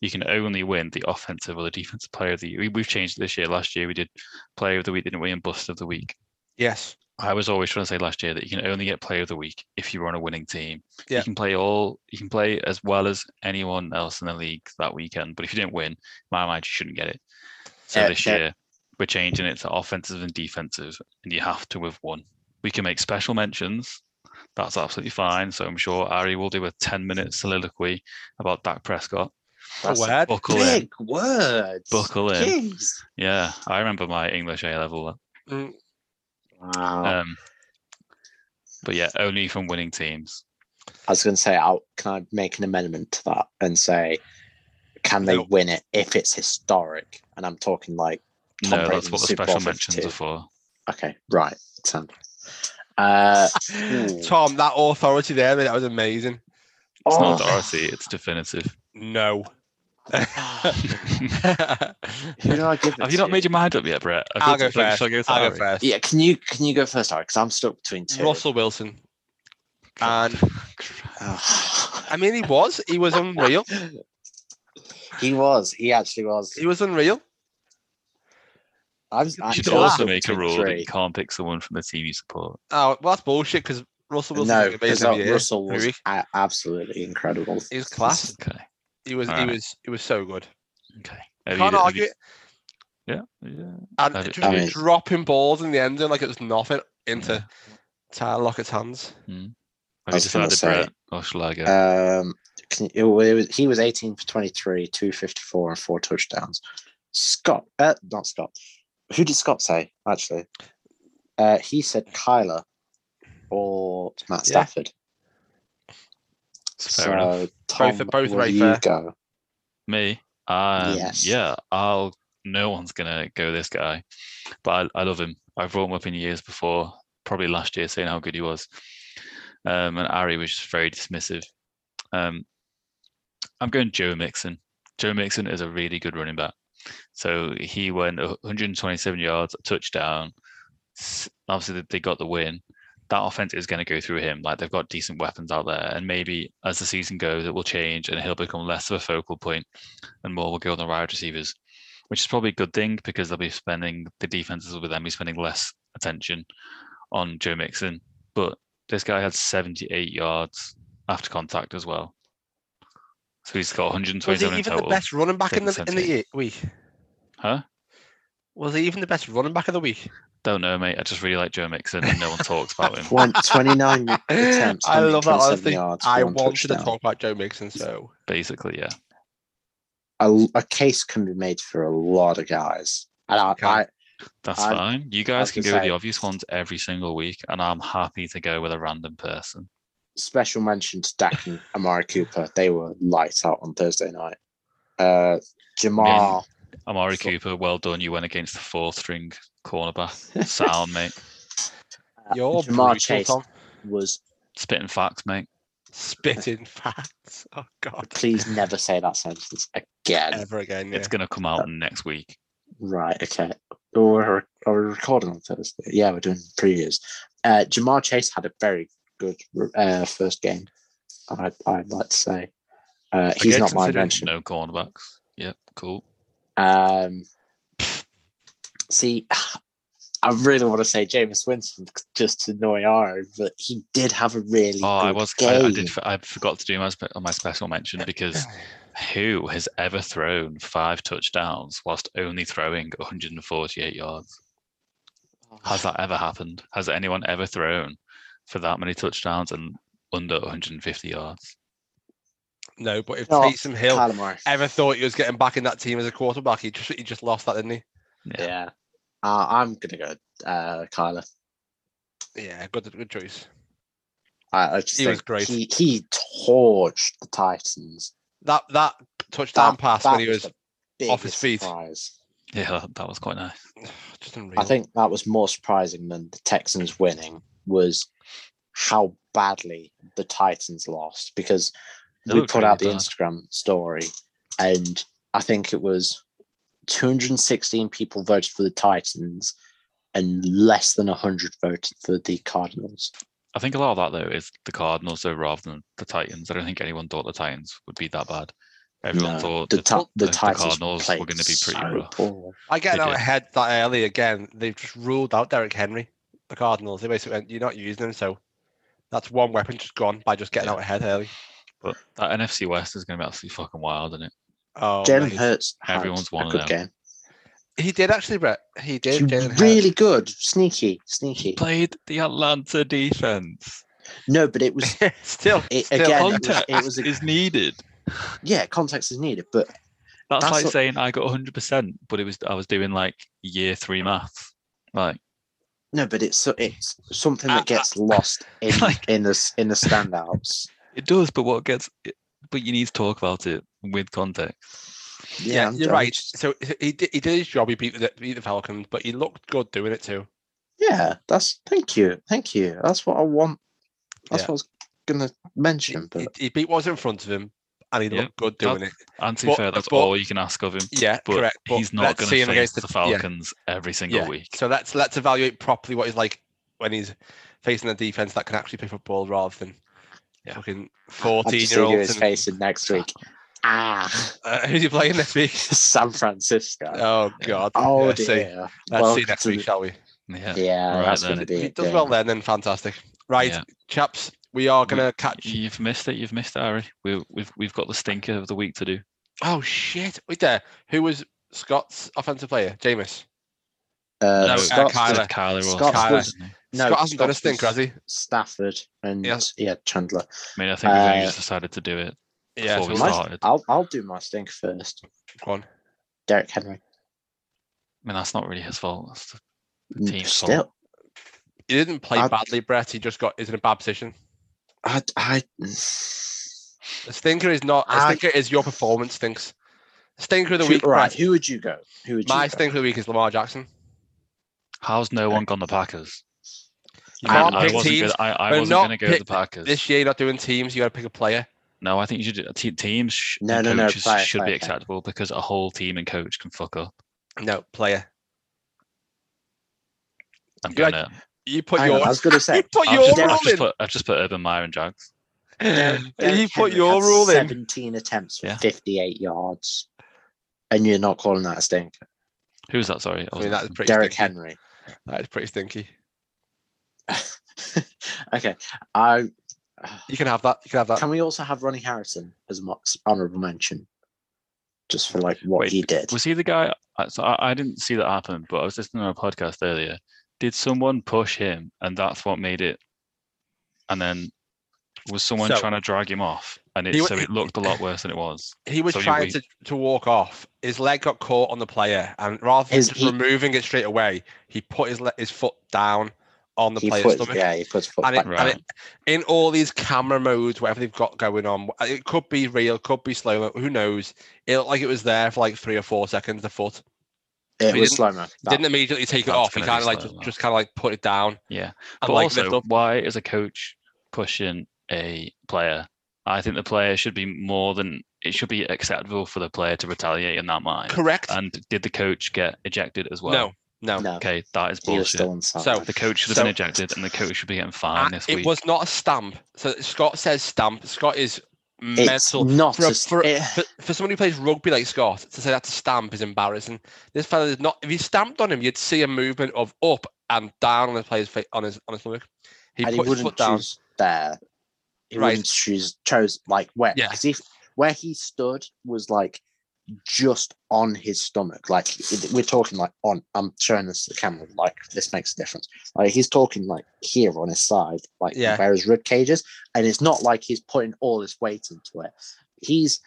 You can only win the offensive or the defensive player of the year. We, we've changed it this year. Last year we did player of the week, didn't we? And bust of the week. yes. I was always trying to say last year that you can only get player of the week if you were on a winning team. Yeah. You can play all you can play as well as anyone else in the league that weekend. But if you don't win, in my mind you shouldn't get it. So Uh, this that- year we're changing it to offensive and defensive, and you have to have won. We can make special mentions. That's absolutely fine. So I'm sure Ari will do a 10 minute soliloquy about Dak Prescott. A That's word. Buckle in. big words? Buckle in. Jeez. Yeah. I remember my English A level Mm, Wow. um, but yeah, only from winning teams. I was going to say, I'll, can I make an amendment to that and say, can they No. win it if it's historic? And I'm talking like Tom no, Brady's that's what the Super special Bowl mentions 52. are for. Okay, right. Sam. Uh, Ooh. Tom, that authority there, mate, that was amazing. It's oh, not Dorothy, it's <laughs> definitive. No. <laughs> Who do I give it Have <laughs> you not to? made your mind up yet, Brett? I I'll feel- go shall I- first. shall I go to I'll Ari? go first. Yeah, can you can you go first, sorry, because I'm stuck between two. Russell Wilson. And Ugh. I mean, he was. <laughs> He was unreal. <sighs> he was. He actually was. He was unreal. I was. You I'm should stuck also between make a rule that three. you can't pick someone from the team you support. Oh, well, that's bullshit because Russell Wilson No, was amazing. because every year, Russell every was week. a- absolutely incredible. He was class. Okay. He was. He Alright. was. He was so good. Okay. Have Can't you- have argue you- it. Yeah. yeah. And have you- just I mean- dropping balls in the end zone like it was nothing into Yeah. Tyler Lockett's hands. Have you was gonna decided, say- Brett? Or shall I go? Uh, Um, can, it, wa- it was, he was 18 for 23, 254, and four touchdowns. Scott, uh, not Scott. Who did Scott say, actually? Uh, he said Kyler or Matt Yeah. Stafford. It's fair so, enough. Tom, are both will very you fair. go? Me? Um, Yes. Yeah, I'll. No one's gonna go this guy, but I, I love him. I've brought him up in years before, probably last year, saying how good he was. Um, and Ari was just very dismissive. Um, I'm going Joe Mixon. Joe Mixon is a really good running back. So he went 127 yards, a touchdown. S- Obviously, they- they got the win. That offense is going to go through him. Like they've got decent weapons out there, and maybe as the season goes, it will change, and he'll become less of a focal point and more will go on the wide receivers, which is probably a good thing because they'll be spending the defenses will be then be spending less attention on Joe Mixon. But this guy had 78 yards after contact as well, so he's got Was he 127 in even the total. best running back in the in the 770. year, week? Huh? Was he even the best running back of the week? Don't know, mate. I just really like Joe Mixon, and no one talks about <laughs> him. One, 29 attempts, I love 127 that honestly. yards, I one wanted to touchdown. talk about Joe Mixon, so Basically, yeah. a, a case can be made for a lot of guys. And I, Okay. I, That's I'm- fine. You was guys can go gonna with say- the obvious ones every single week, and I'm happy to go with a random person. Special mention to Dak <laughs> and Amari Cooper. They were lights out on Thursday night. Uh, Jamar, Amari So- Cooper, well done. You went against the four string <laughs> cornerback. Sound, mate. uh, You're Jamar brutal, Chase Tom. was. Spitting facts, mate. <laughs> Spitting facts. Oh God. Please never say that sentence again. Ever again. Yeah. It's going to come Uh, out next week. Right. Okay. We're, oh, we're recording on Thursday. Yeah, we're doing previews. Uh, Jamar Chase had a very good uh, first game. I, I'd like to say uh, he's Again, not my considering- mention. No cornerbacks. Yep, cool. Um, see, I really want to say Jameis Winston just to annoy R, but he did have a really. Oh, I good was. Game. I, I did. I forgot to do my spe- my special mention because who has ever thrown five touchdowns whilst only throwing 148 yards? Oh. Has that ever happened? Has anyone ever thrown for that many touchdowns and under 150 yards? No, but if No, Taysom Hill Kyler Murray. ever thought he was getting back in that team as a quarterback, he just he just lost that, didn't he? Yeah. Uh, I'm gonna go uh, Kyler. Yeah, good good choice. I, I just He think was great. He, he torched the Titans. That that touchdown pass when he that was the off his biggest feet. Surprise. Yeah, that, that was quite nice. just unreal. I think that was more surprising than the Texans winning was how badly the Titans lost because They we looked put out the really bad. Instagram story and I think it was 216 people voted for the Titans and less than 100 voted for the Cardinals. I think a lot of that though is the Cardinals though, rather than the Titans. I don't think anyone thought the Titans would be that bad. Everyone No, thought the, that Ti- the the Titans Cardinals were played going to be pretty so rough. poor. I get They out did. ahead that early again. They've just ruled out Derrick Henry, the Cardinals. They basically went, "You're not using him," so that's one weapon just gone by just getting Yeah. out ahead early. But that NFC West is going to be absolutely fucking wild, isn't it? Oh, Jalen mate. Hurts had Everyone's one a of good them. game. He did actually, Brett. He did. He Jalen Hurts. really good, sneaky, sneaky. Played the Atlanta defense. No, but it was <laughs> <laughs> still, It- still again, on- it was- it was a- is needed. yeah, context is needed, but That's, That's like what- saying I got 100, percent but it was I was doing like year three math. Like no, but it's so- it's something Ah, Uh, that gets <laughs> lost in Like- in the s- in the standouts. it does, but what gets? it- But you need to talk about it with context. Yeah, yeah, I'm- you're I'm right. just- So he- he did, he did his job. He beat the, beat the Falcons, but he looked good doing it too. yeah, that's thank you, thank you. That's what I want. That's Yeah. what I was gonna He, mention, but he, he beat what was in front of him, and he Yeah, looked good doing it. And to be But- fair, that's but- all you can ask of him. Yeah, But correct. but he's not let's going see to him face against the, the yeah. Falcons every single Yeah. week. So let's let's evaluate properly what he's like when he's facing a defense that can actually pick up ball rather than Yeah. fucking I'll fourteen just year leave you olds. his face in next <laughs> week. Ah, <laughs> Uh, <laughs> who's he playing next week? San Francisco. <laughs> Oh God! oh Yeah, dear. see. Let's Welcome see next to week, the- shall we? Yeah. Yeah, Right that's then. gonna be If he it, does yeah. well then, then fantastic. Right, Yeah. chaps, we are gonna catch. You've missed it. You've missed it, Ari. We, we've we've got the stinker of the week to do. Oh shit! Wait there. Who was Scott's offensive player? Jameis. Uh, No, uh, Scott's Kyler. just- Just Kyler or Scott's Stafford, was- isn't he? no, Scott hasn't got a Scott's stinker, has he? Stafford and Yeah. yeah, Chandler. I mean, I think we've only Uh, just decided to do it Yeah. before we so- might- started. I I'll I'll do my stinker first. Go on. Derek Henry. mean, that's not really his fault. That's the- Mm, team's fault. Still, He didn't play I- badly, Brett. He just got is in a bad position. I, I, A stinker is not. A I- stinker is your performance stinks. Stinker of the Who- week, right? Brett. Who would you go? Who would you? My go? stinker of the week is Lamar Jackson. How's no one gone the Packers? You I- can't I pick wasn't teams. Gonna, I, I We're wasn't not going to go with the pick- Packers. This year, you're not doing teams. You got to pick a player. No, I think you should. Te- teams sh- No, and no, no, coaches fair, should fair, be fair. acceptable because a whole team and coach can fuck up. No player. I'm Yeah, I- gonna. You put Hang on, your. I was going to You <laughs> say. put I've your just, I've rule just in. put. I've just put Urban Meyer and Jags. <laughs> you Derrick put Henry your had rule in. 17 attempts for Yeah. 58 yards, and you're not calling that a stink. Who was that? Sorry, I I mean, wasn't that's listening. pretty. Derek stinky. Henry. <laughs> That is pretty stinky. okay, I. You can have that. You can have that. Can we also have Ronnie Harrison as an honourable mention, just for like what Wait, he did? Was he the guy? I- So I, I didn't see that happen, but I was listening on a podcast earlier. Did someone push him, and that's what made it? And then was someone So- trying to drag him off, and it He wa- so it looked a lot worse than it was. He was So you trying wait. to, to walk off. His leg got caught on the player, and rather than His- just he- removing it straight away, he put his le- his foot down on the he player's puts, stomach. yeah, he puts foot and, it, back. and Right. it- in all these camera modes, whatever they've got going on, uh, it could be real, could be slow. mo, Who knows? It looked like it was there for like three or four seconds. The foot It, he was didn't- slow mo. didn't immediately take it That's off. He gonna kind be of like slow just, mo. just kind of like put it down. Yeah, and but like lift also, up. why is a coach pushing a player? I think the player should be more than it should be acceptable for the player to retaliate in that mind. Correct? And did the coach get ejected as well? no, no. No, Okay, that is he was bullshit. still inside. So- The coach should have been So- ejected, and the coach should be getting Ah, fined this it week. was not a stamp. So Scott says stamp. Scott is it's mental. not For, a- a- eh. for, it- for, for someone who plays rugby like Scott to say that's a stamp is embarrassing. This fella is not. If he stamped on him, you'd see a movement of up and down on the player's face, on his on his stomach. He and he put his foot wouldn't down. choose there. He Right. wouldn't choose chose like where Yeah. because if where he stood was like just on his stomach, like it- we're talking like on. I'm showing this to the camera. Like this makes a difference. Like he's talking like here on his side, like Yeah. where his rib cages, and it's not like he's putting all his weight into it. He's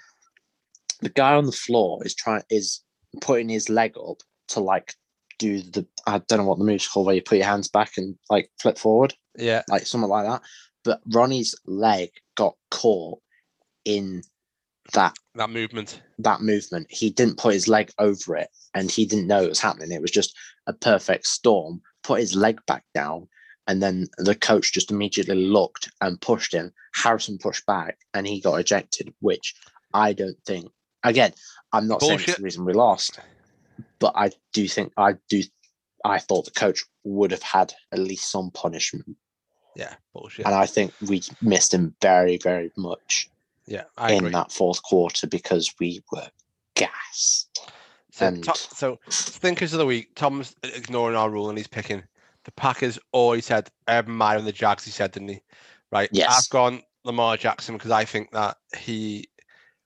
the guy on the floor is trying is putting his leg up to like do the I don't know what the move's called where you put your hands back and like flip forward Yeah. like something like that. But Ronnie's leg got caught in that that movement. that movement. He didn't put his leg over it, and he didn't know it was happening. It was just a perfect storm. Put his leg back down, and then the coach just immediately looked and pushed him. Harrison pushed back, and he got ejected. Which I don't think. Again, I'm not saying it's Bullshit. the reason we lost, but I do think I do. I thought the coach would have had at least some punishment Yeah, bullshit. and I think we missed him very, very much yeah, I in agree. that fourth quarter because we were gassed. So, and- to- so thinkers of the week. Tom's ignoring our rule and he's picking the Packers. Or he said Urban Meyer and the Jags. He said, didn't he? Right. Yes. I've gone Lamar Jackson because I think that he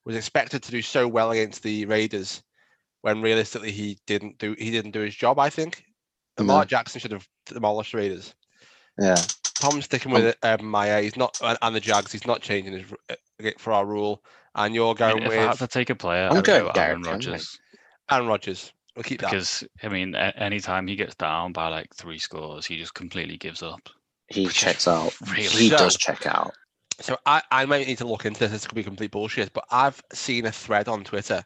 was expected to do so well against the Raiders when realistically he didn't do he didn't do his job. I think Lamar No. Jackson should have demolished the Raiders. Yeah, Tom's sticking Um, with Urban Meyer. He's not and- and the Jags. He's not changing his r- uh, for our rule. And you're I mean, going if I had with to take a player, I'm I'd going go Aaron Derrick Henry. Rodgers Aaron Rodgers. We'll keep that. because I mean, a- anytime he gets down by like three scores, he just completely gives up. he checks out. <laughs> Really? He So- does check out. So I, I might need to look into this. This could be complete bullshit, but I've seen a thread on Twitter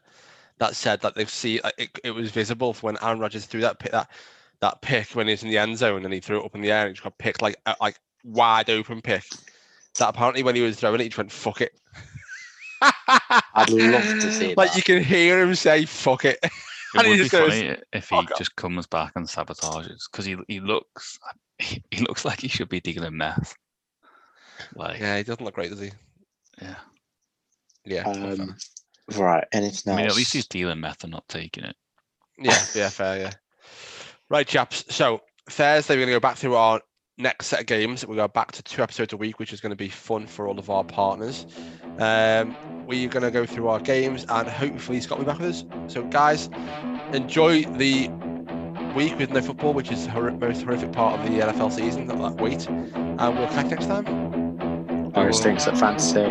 that said that they've seen like, it, it was visible for when Aaron Rodgers threw that pick that that pick when he was in the end zone and he threw it up in the air and it just got picked like a, like wide open pick. That apparently when he was throwing it, he just went fuck <laughs> it. I'd love to see <laughs> Like that. you can hear him say fuck it. It would And <laughs> he be just goes, funny if he "Fuck off." just comes back and sabotages because he he looks <laughs> he, looks like he should be dealing meth. Like yeah, Yeah, he doesn't look great, does he? Yeah. fair Um, enough. right, anything I else? mean at least he's dealing meth and not taking it. Yeah, yeah, fair, yeah. Right, chaps. So Thursday we're gonna go back through our next set of games. We go back to two episodes a week, which is gonna be fun for all of our partners. Um, we're gonna go through our games and hopefully Scott will be back with us. So guys, enjoy the week with no football, which is the hor- most horrific part of the NFL season, that, that wait. And we'll catch you next time. Irish thinks that fantasy.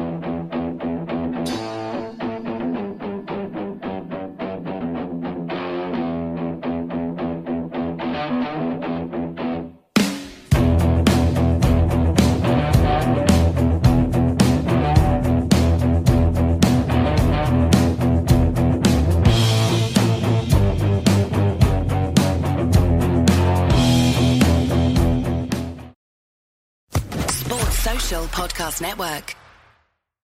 Sports Social Podcast Network.